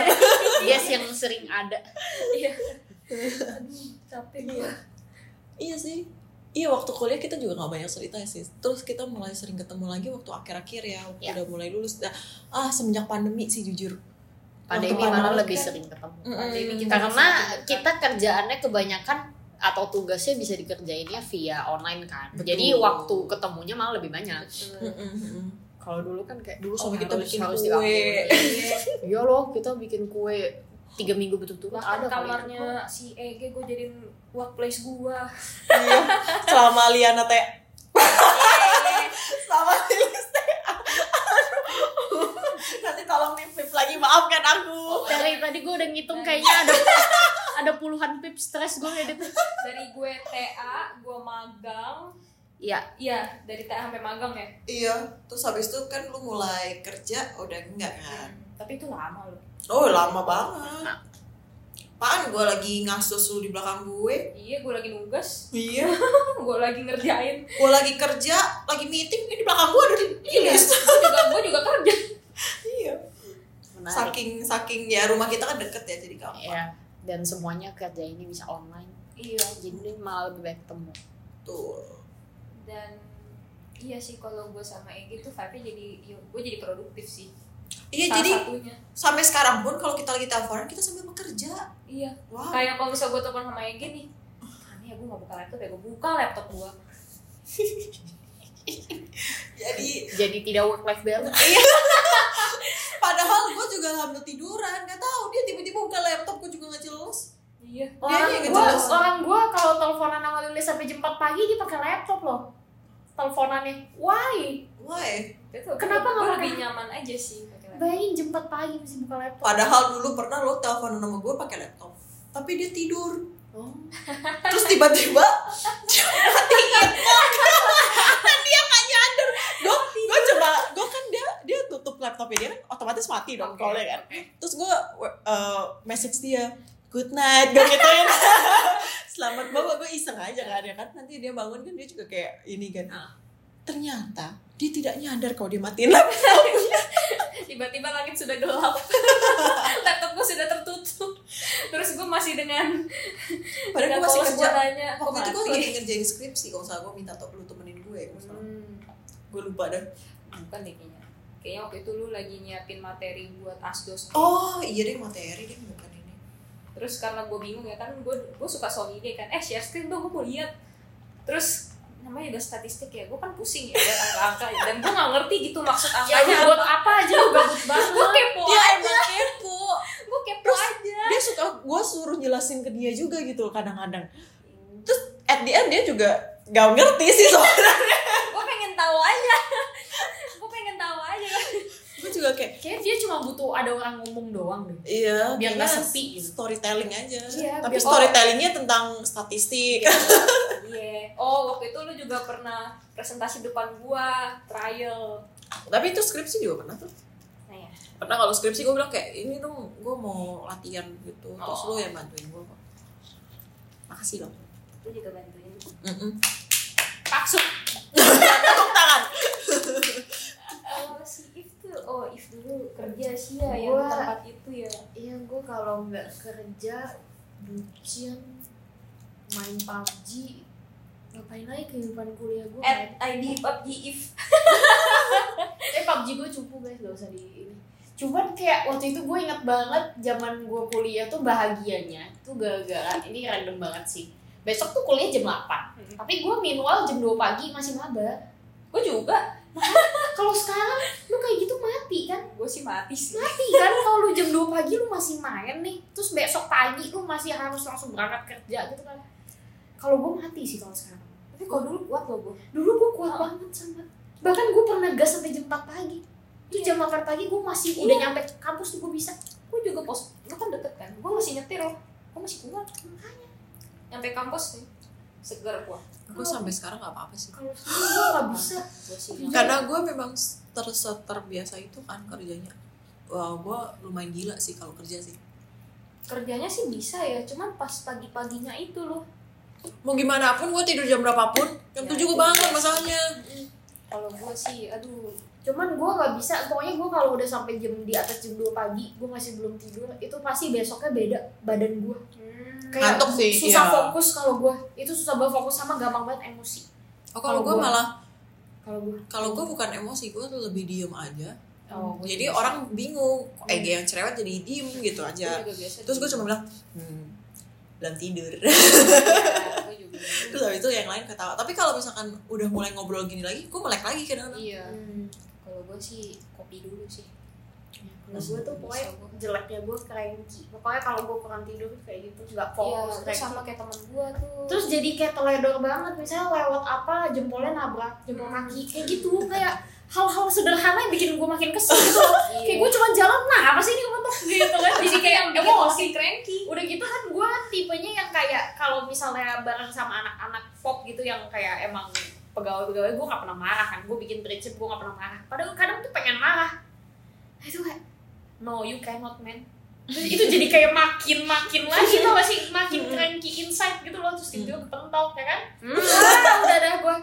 Speaker 4: Yes yang sering ada.
Speaker 3: iya Aduh, capek gua
Speaker 1: iya sih. Iya waktu kuliah kita juga gak banyak cerita sih. Terus kita mulai sering ketemu lagi waktu akhir-akhir ya. Waktu
Speaker 4: Ya.
Speaker 1: udah mulai lulus. Nah, ah semenjak pandemi sih jujur.
Speaker 4: Pandemi
Speaker 1: Waktu
Speaker 4: malah
Speaker 1: pandemi
Speaker 4: lebih
Speaker 1: kan-
Speaker 4: sering ketemu.
Speaker 3: Pandemi kita
Speaker 4: Karena
Speaker 3: semakin dekat.
Speaker 4: kita kerjaannya kebanyakan atau tugasnya bisa dikerjainnya via online kan.
Speaker 1: Betul.
Speaker 4: Jadi waktu ketemunya malah lebih banyak.
Speaker 3: Iya.
Speaker 1: Mm-mm.
Speaker 4: Kalau dulu kan kayak
Speaker 1: Dulu sampai kita
Speaker 4: harus-
Speaker 1: bikin
Speaker 4: harus
Speaker 1: kue.
Speaker 4: diakuin.
Speaker 3: Iya.
Speaker 4: Iya loh, kita bikin kue tiga minggu betul-betul
Speaker 3: bahkan
Speaker 4: kali ya.
Speaker 3: kamarnya si Ege gua jadiin workplace gua
Speaker 1: Iya. Selama Liana teh
Speaker 3: Yeay.
Speaker 1: sama Lilis teh. Aduh. Nanti tolong nih Viv lagi maafkan aku.
Speaker 4: Dari tadi gue udah ngitung kayaknya ada ada puluhan pip stres gue ngedit.
Speaker 3: dari gue TA gue magang
Speaker 4: Iya,
Speaker 3: iya dari TA sampai magang ya
Speaker 1: Iya. Terus habis itu kan lu mulai kerja udah enggak kan?
Speaker 3: tapi itu lama loh
Speaker 1: Oh lama banget. Apaan gue lagi ngasus lu di belakang gue?
Speaker 3: iya gue lagi nugas
Speaker 1: Iya.
Speaker 3: gue lagi ngerjain
Speaker 1: gue lagi kerja, lagi meeting ini di belakang gue ada di
Speaker 3: Iya, gue juga, gue juga kerja.
Speaker 1: Iya.
Speaker 4: menarik.
Speaker 1: saking saking ya rumah kita kan deket ya jadi gampang
Speaker 4: ya dan semuanya kerja ini bisa online
Speaker 3: iya
Speaker 4: jadi malah lebih baik ketemu
Speaker 1: tuh
Speaker 3: dan iya sih kalau gue sama Egi tuh vibe jadi ya, gue jadi produktif sih
Speaker 1: iya
Speaker 3: salah
Speaker 1: jadi
Speaker 3: satunya
Speaker 1: sampai sekarang pun kalau kita lagi teleponan kita sambil bekerja
Speaker 3: iya
Speaker 1: wow
Speaker 3: kayak kalau misal gue telepon sama Egi nih aneh ya gue gak buka laptop ya gue buka laptop gue
Speaker 1: jadi
Speaker 4: jadi tidak work life balance
Speaker 1: padahal gue juga sambil tiduran nggak tahu dia tiba-tiba buka laptop gue juga nggak jelas
Speaker 3: iya
Speaker 1: Dia
Speaker 4: orang
Speaker 1: yang
Speaker 4: gua
Speaker 1: ngejelasin.
Speaker 4: orang gua kalau teleponan sama Lili sampai jam 4 pagi dia pakai laptop loh teleponannya why
Speaker 1: why
Speaker 3: Betul. Gue
Speaker 4: Kenapa nggak
Speaker 3: lebih
Speaker 4: pakai-
Speaker 3: nyaman aja sih pakai laptop
Speaker 4: bayangin jam 4 pagi masih buka laptop
Speaker 1: padahal dulu pernah lo telepon sama gue pakai laptop tapi dia tidur
Speaker 4: oh.
Speaker 1: terus tiba-tiba dia matiin dan dia nggak nyadar gue gue coba gue kan dia dia tutup laptopnya dia kan otomatis mati dong
Speaker 3: Oke,
Speaker 1: callnya kan terus gue message dia good night gue gituin selamat bawa gue iseng aja kan ya kan nanti dia bangun kan dia juga kayak ini kan
Speaker 3: Ah.
Speaker 1: ternyata dia tidak nyadar kalau dia matiin laptop
Speaker 3: tiba-tiba langit sudah gelap laptop gue sudah tertutup terus gue masih dengan
Speaker 1: padahal gue
Speaker 3: dengan
Speaker 1: masih
Speaker 3: polos
Speaker 1: kerja
Speaker 3: gua nanya
Speaker 1: waktu itu gue
Speaker 3: mati?"
Speaker 1: lagi ngerjain skripsi kalau salah gue minta tolong lu temenin gue kalau salah
Speaker 3: Hmm,
Speaker 1: gue lupa dah
Speaker 3: bukan deh kayaknya kayaknya waktu itu lu lagi nyiapin materi buat asdos
Speaker 1: oh iya deh materi deh bukan ini
Speaker 3: terus karena gue bingung ya kan gue gue suka soal ide kan eh share screen dong gue mau lihat terus namanya juga statistik ya gue kan pusing ya lihat angka-angka ya. dan gue gak ngerti gitu maksud
Speaker 4: ya
Speaker 3: angkanya
Speaker 4: lu buat apa aja lu gabut
Speaker 3: gue
Speaker 4: banget
Speaker 3: kepo
Speaker 1: Dia
Speaker 3: aja kepo gue Ya kepo aja
Speaker 1: dia suka gue suruh jelasin ke dia juga gitu kadang-kadang terus at the end dia juga gak ngerti sih soalnya
Speaker 3: gue pengen tahu aja gue pengen tahu aja kan
Speaker 1: gue juga kayak
Speaker 4: kayak dia cuma butuh ada orang ngomong doang deh
Speaker 1: iya
Speaker 4: Biar
Speaker 1: kayaknya
Speaker 4: nggak sepi gitu.
Speaker 1: storytelling aja
Speaker 4: Iya,
Speaker 1: tapi
Speaker 4: biar-
Speaker 1: storytellingnya tentang
Speaker 3: Ya.
Speaker 1: statistik
Speaker 3: iya oh waktu itu lu juga pernah presentasi depan gua trial
Speaker 1: tapi itu skripsi juga pernah tuh
Speaker 3: nah ya
Speaker 1: pernah kalau skripsi gue bilang kayak ini dong gue mau latihan gitu terus
Speaker 3: Oh.
Speaker 1: lu yang bantuin gue kok makasih dong
Speaker 3: lu juga bantuin
Speaker 1: Mm-mm.
Speaker 3: paksu
Speaker 1: tepuk tangan
Speaker 3: oh si if tuh oh if dulu kerja sih ya yang
Speaker 4: Gua-
Speaker 3: tempat itu ya
Speaker 4: iya gue kalau nggak kerja bucin main PUBG ngapain lagi kehidupan kuliah gue
Speaker 3: at ID PUBG if
Speaker 4: eh PUBG gue cupu guys gak usah di ini cuman kayak waktu itu gue inget banget zaman gue kuliah tuh bahagianya tuh gara-gara ini random banget sih besok tuh kuliah jam 8
Speaker 3: Hmm.
Speaker 4: tapi gue minimal jam 2 pagi masih maba
Speaker 3: gua juga
Speaker 4: kalau sekarang lu kayak gitu mati kan
Speaker 3: gua sih mati sih
Speaker 4: mati kan kalau lu jam 2 pagi lu masih main nih terus besok pagi lu masih harus langsung berangkat kerja gitu kan kalau gue mati sih kalau sekarang
Speaker 3: tapi kalau dulu kuat loh gua
Speaker 4: dulu gue kuat banget sama bahkan gue pernah gas sampai jam 4 pagi itu jam 8 pagi gue masih udah nyampe kampus tuh gue bisa
Speaker 3: Iya. gua juga pos lu kan deket kan gua masih nyetir loh gua masih kuat makanya nyampe kampus nih seger gua
Speaker 1: gue sampai sekarang gak apa-apa sih
Speaker 4: kalau sekarang gue nggak bisa
Speaker 3: gua sih
Speaker 4: Iya.
Speaker 1: karena gue memang terus terbiasa itu kan kerjanya Wah, gue lumayan gila sih kalau kerja sih
Speaker 3: kerjanya sih bisa ya cuman pas pagi-paginya itu loh
Speaker 1: mau gimana pun gue tidur jam berapapun jam
Speaker 3: Ya,
Speaker 1: tujuh gue
Speaker 3: iya.
Speaker 1: bangun masalahnya
Speaker 3: kalau gua sih aduh
Speaker 4: cuman gue nggak bisa pokoknya gue kalau udah sampai jam di atas jam 2 pagi gue masih belum tidur itu pasti besoknya beda badan gue
Speaker 3: Hmm.
Speaker 4: kayak
Speaker 1: Ngantuk sih,
Speaker 4: susah
Speaker 1: iya.
Speaker 4: fokus kalau gue itu susah banget fokus sama gampang banget emosi
Speaker 1: oh kalau
Speaker 4: Kalau
Speaker 1: gue
Speaker 4: gua-
Speaker 1: malah
Speaker 4: kalau gue
Speaker 1: kalau gue bukan emosi gue lebih diem aja
Speaker 4: oh, gua
Speaker 1: jadi
Speaker 4: juga.
Speaker 1: orang bingung kok Ege yang cerewet jadi diem gitu
Speaker 2: Iya.
Speaker 1: aja terus gue cuma bilang hmm, belum tidur
Speaker 3: gue juga
Speaker 1: terus habis itu yang lain ketawa tapi kalau misalkan udah mulai ngobrol gini lagi gue melek lagi kadang-kadang
Speaker 3: iya
Speaker 4: Hmm.
Speaker 3: kalau gue sih kopi dulu sih
Speaker 4: Ya, Kalau gue tuh pokoknya
Speaker 3: Bisa gua.
Speaker 4: jeleknya gue cranky pokoknya kalau gue kurang tidur kayak gitu nggak
Speaker 3: iya
Speaker 4: fokus
Speaker 3: terus
Speaker 4: cranky.
Speaker 3: sama kayak temen gue tuh
Speaker 4: terus jadi kayak teledor banget misalnya lewat apa jempolnya nabrak jempol kaki kayak gitu kayak hal-hal sederhana yang bikin gue makin kesel gitu loh.
Speaker 2: Iya.
Speaker 4: kayak gue cuma jalan nah apa sih ini untuk gitu kan jadi kayak
Speaker 3: bikin
Speaker 4: emosi
Speaker 3: makin cranky
Speaker 4: udah gitu kan gue tipenya yang kayak kalau misalnya bareng sama anak-anak pop gitu yang kayak emang pegawai-pegawai gue gak pernah marah kan gue bikin prinsip gue gak pernah marah padahal kadang tuh pengen marah Nah, itu kayak no you cannot man Terus itu jadi kayak makin makin lagi tau gak sih makin cranky inside gitu loh terus tiba-tiba kepentok ya kan
Speaker 3: Hmm.
Speaker 4: Ah, udah dah gue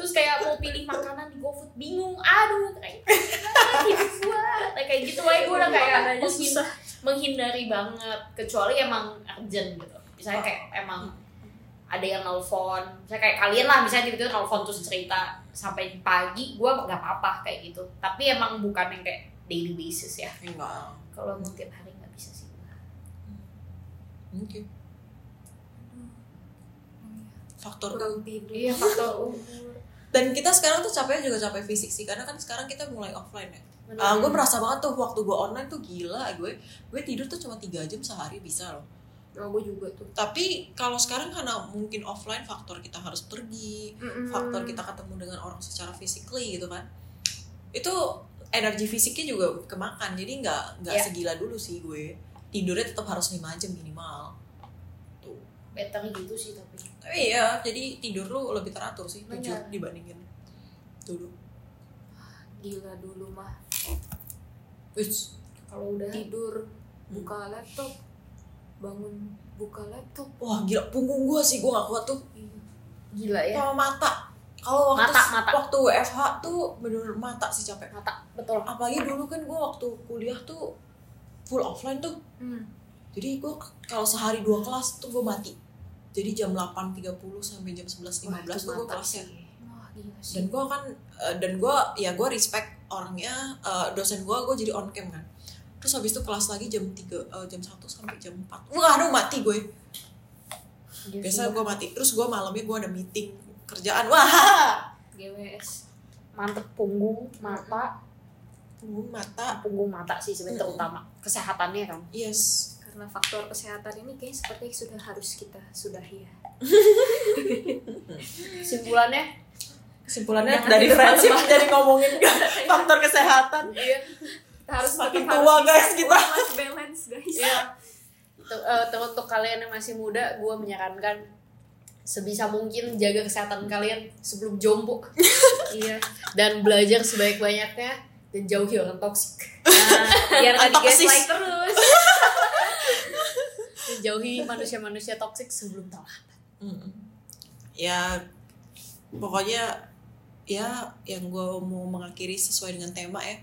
Speaker 4: terus kayak mau pilih makanan di GoFood bingung aduh kayak "Ah, hidup gua Nah, kayak gitu aja gue udah kayak
Speaker 2: Makanannya
Speaker 4: menghin- menghindari banget kecuali emang urgent gitu misalnya kayak emang ada yang nelfon misalnya kayak kalian lah misalnya tiba-tiba nelfon terus cerita sampai pagi gua nggak apa-apa kayak gitu tapi emang bukan yang kayak daily basis ya
Speaker 1: enggak
Speaker 4: kalau mau tiap hari nggak bisa sih
Speaker 1: mungkin faktor kan.
Speaker 2: kurang tidur
Speaker 4: iya faktor
Speaker 1: dan kita sekarang tuh capeknya juga capek fisik sih karena kan sekarang kita mulai offline ya Ah, gue merasa banget tuh waktu gue online tuh gila gue gue tidur tuh cuma tiga jam sehari bisa loh
Speaker 2: oh, gue juga tuh
Speaker 1: tapi kalau sekarang karena mungkin offline faktor kita harus pergi
Speaker 2: Hmm.
Speaker 1: faktor gitu. kita ketemu dengan orang secara physically gitu kan itu energi fisiknya juga kemakan jadi nggak nggak
Speaker 4: Iya.
Speaker 1: segila dulu sih gue tidurnya tetap harus lima jam minimal
Speaker 4: better gitu sih tapi
Speaker 1: tapi iya jadi tidur lu lebih teratur sih tujuh
Speaker 4: Bener.
Speaker 1: dibandingin dulu
Speaker 2: gila dulu mah
Speaker 1: Wih,
Speaker 4: kalau udah
Speaker 2: tidur
Speaker 5: Hmm.
Speaker 2: buka laptop bangun buka laptop Iya.
Speaker 1: wah gila punggung gue sih gue gak kuat tuh
Speaker 4: gila ya
Speaker 1: sama mata kalau waktu
Speaker 4: Mata, mata.
Speaker 1: waktu WFH tuh bener mata sih capek
Speaker 4: mata betul
Speaker 1: apalagi dulu kan gue waktu kuliah tuh full offline tuh jadi gue k- kalau sehari dua kelas tuh gue mati jadi jam 8.30 sampai jam 11.15
Speaker 5: Wah, itu
Speaker 1: tuh gue
Speaker 5: mantap
Speaker 1: kelasnya
Speaker 5: sih.
Speaker 2: wah gila
Speaker 1: dan gue kan eh, dan gue ya gue respect orangnya eh, dosen gue gue jadi on cam kan terus habis itu kelas lagi jam 3 eh, jam 1 sampai jam 4 wah aduh mati gue
Speaker 5: Iya
Speaker 1: biasa
Speaker 5: sih.
Speaker 1: gue mati terus gue malamnya gue ada meeting kerjaan wah
Speaker 2: GWS
Speaker 5: mantep punggung mata
Speaker 1: punggung mata
Speaker 5: punggung mata
Speaker 4: Iya,
Speaker 5: sih sebenarnya
Speaker 1: Mm.
Speaker 5: terutama kesehatannya kan
Speaker 1: yes
Speaker 2: karena faktor kesehatan ini kayaknya sepertinya sudah harus kita sudahi ya
Speaker 5: kesimpulannya
Speaker 1: kesimpulannya
Speaker 2: Jangan
Speaker 1: dari
Speaker 2: tidur
Speaker 1: friendship jadi ngomongin faktor kesehatan
Speaker 2: kita harus
Speaker 1: Makin
Speaker 2: tetap
Speaker 1: tua,
Speaker 2: harus
Speaker 1: guys,
Speaker 2: bisa
Speaker 1: kita.
Speaker 2: work life balance guys
Speaker 5: ya untuk, eh, untuk- untuk kalian yang masih muda gue menyarankan sebisa mungkin jaga kesehatan kalian sebelum jompo iya dan belajar sebaik-banyaknya dan jauhi orang toksik
Speaker 4: Nah, biar nggak
Speaker 1: Toksis.
Speaker 4: digaslight terus
Speaker 5: Dan jauhi manusia-manusia toksik sebelum telah
Speaker 1: Mm-mm. ya pokoknya ya yang gue mau mengakhiri sesuai dengan tema ya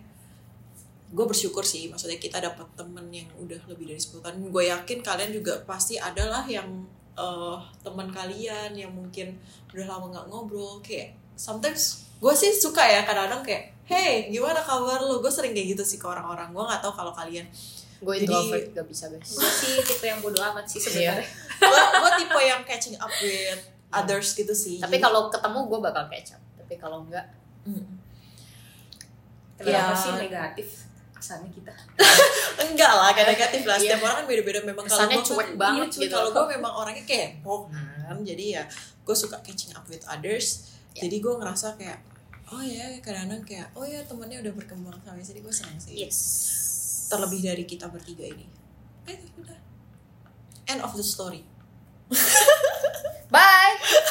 Speaker 1: gue bersyukur sih maksudnya kita dapat temen yang udah lebih dari 10 tahun gue yakin kalian juga pasti adalah yang eh, teman kalian yang mungkin udah lama nggak ngobrol kayak sometimes gue sih suka ya kadang-kadang kayak hey gimana kabar lu gue sering kayak gitu sih ke orang-orang gue nggak tahu kalau kalian
Speaker 5: gue
Speaker 1: Jadi-
Speaker 5: introvert gak bisa guys
Speaker 2: gue sih tipe yang bodoh amat sih
Speaker 5: Iya.
Speaker 2: sebenarnya
Speaker 1: gue tipe yang catching up with others gitu sih
Speaker 5: tapi
Speaker 1: Jadi-
Speaker 5: kalau ketemu gue bakal kecap tapi kalau enggak ya.
Speaker 1: Mm. Iya.
Speaker 2: kenapa sih negatif kesannya kita
Speaker 1: enggak lah kayak negatif lah
Speaker 5: Iya.
Speaker 1: setiap orang kan beda-beda memang kalau
Speaker 5: Kesannya
Speaker 1: gua kan-
Speaker 5: cuek banget
Speaker 1: iya, cuek.
Speaker 5: gitu.
Speaker 1: kalau gue memang orangnya kayak bohongan jadi ya gue suka catching up with others
Speaker 5: Iya.
Speaker 1: jadi gue ngerasa kayak oh ya kadang-kadang kayak oh ya temennya udah berkembang sampai sini gue senang sih
Speaker 5: yes
Speaker 1: terlebih dari kita bertiga ini eh udah end of the story
Speaker 5: bye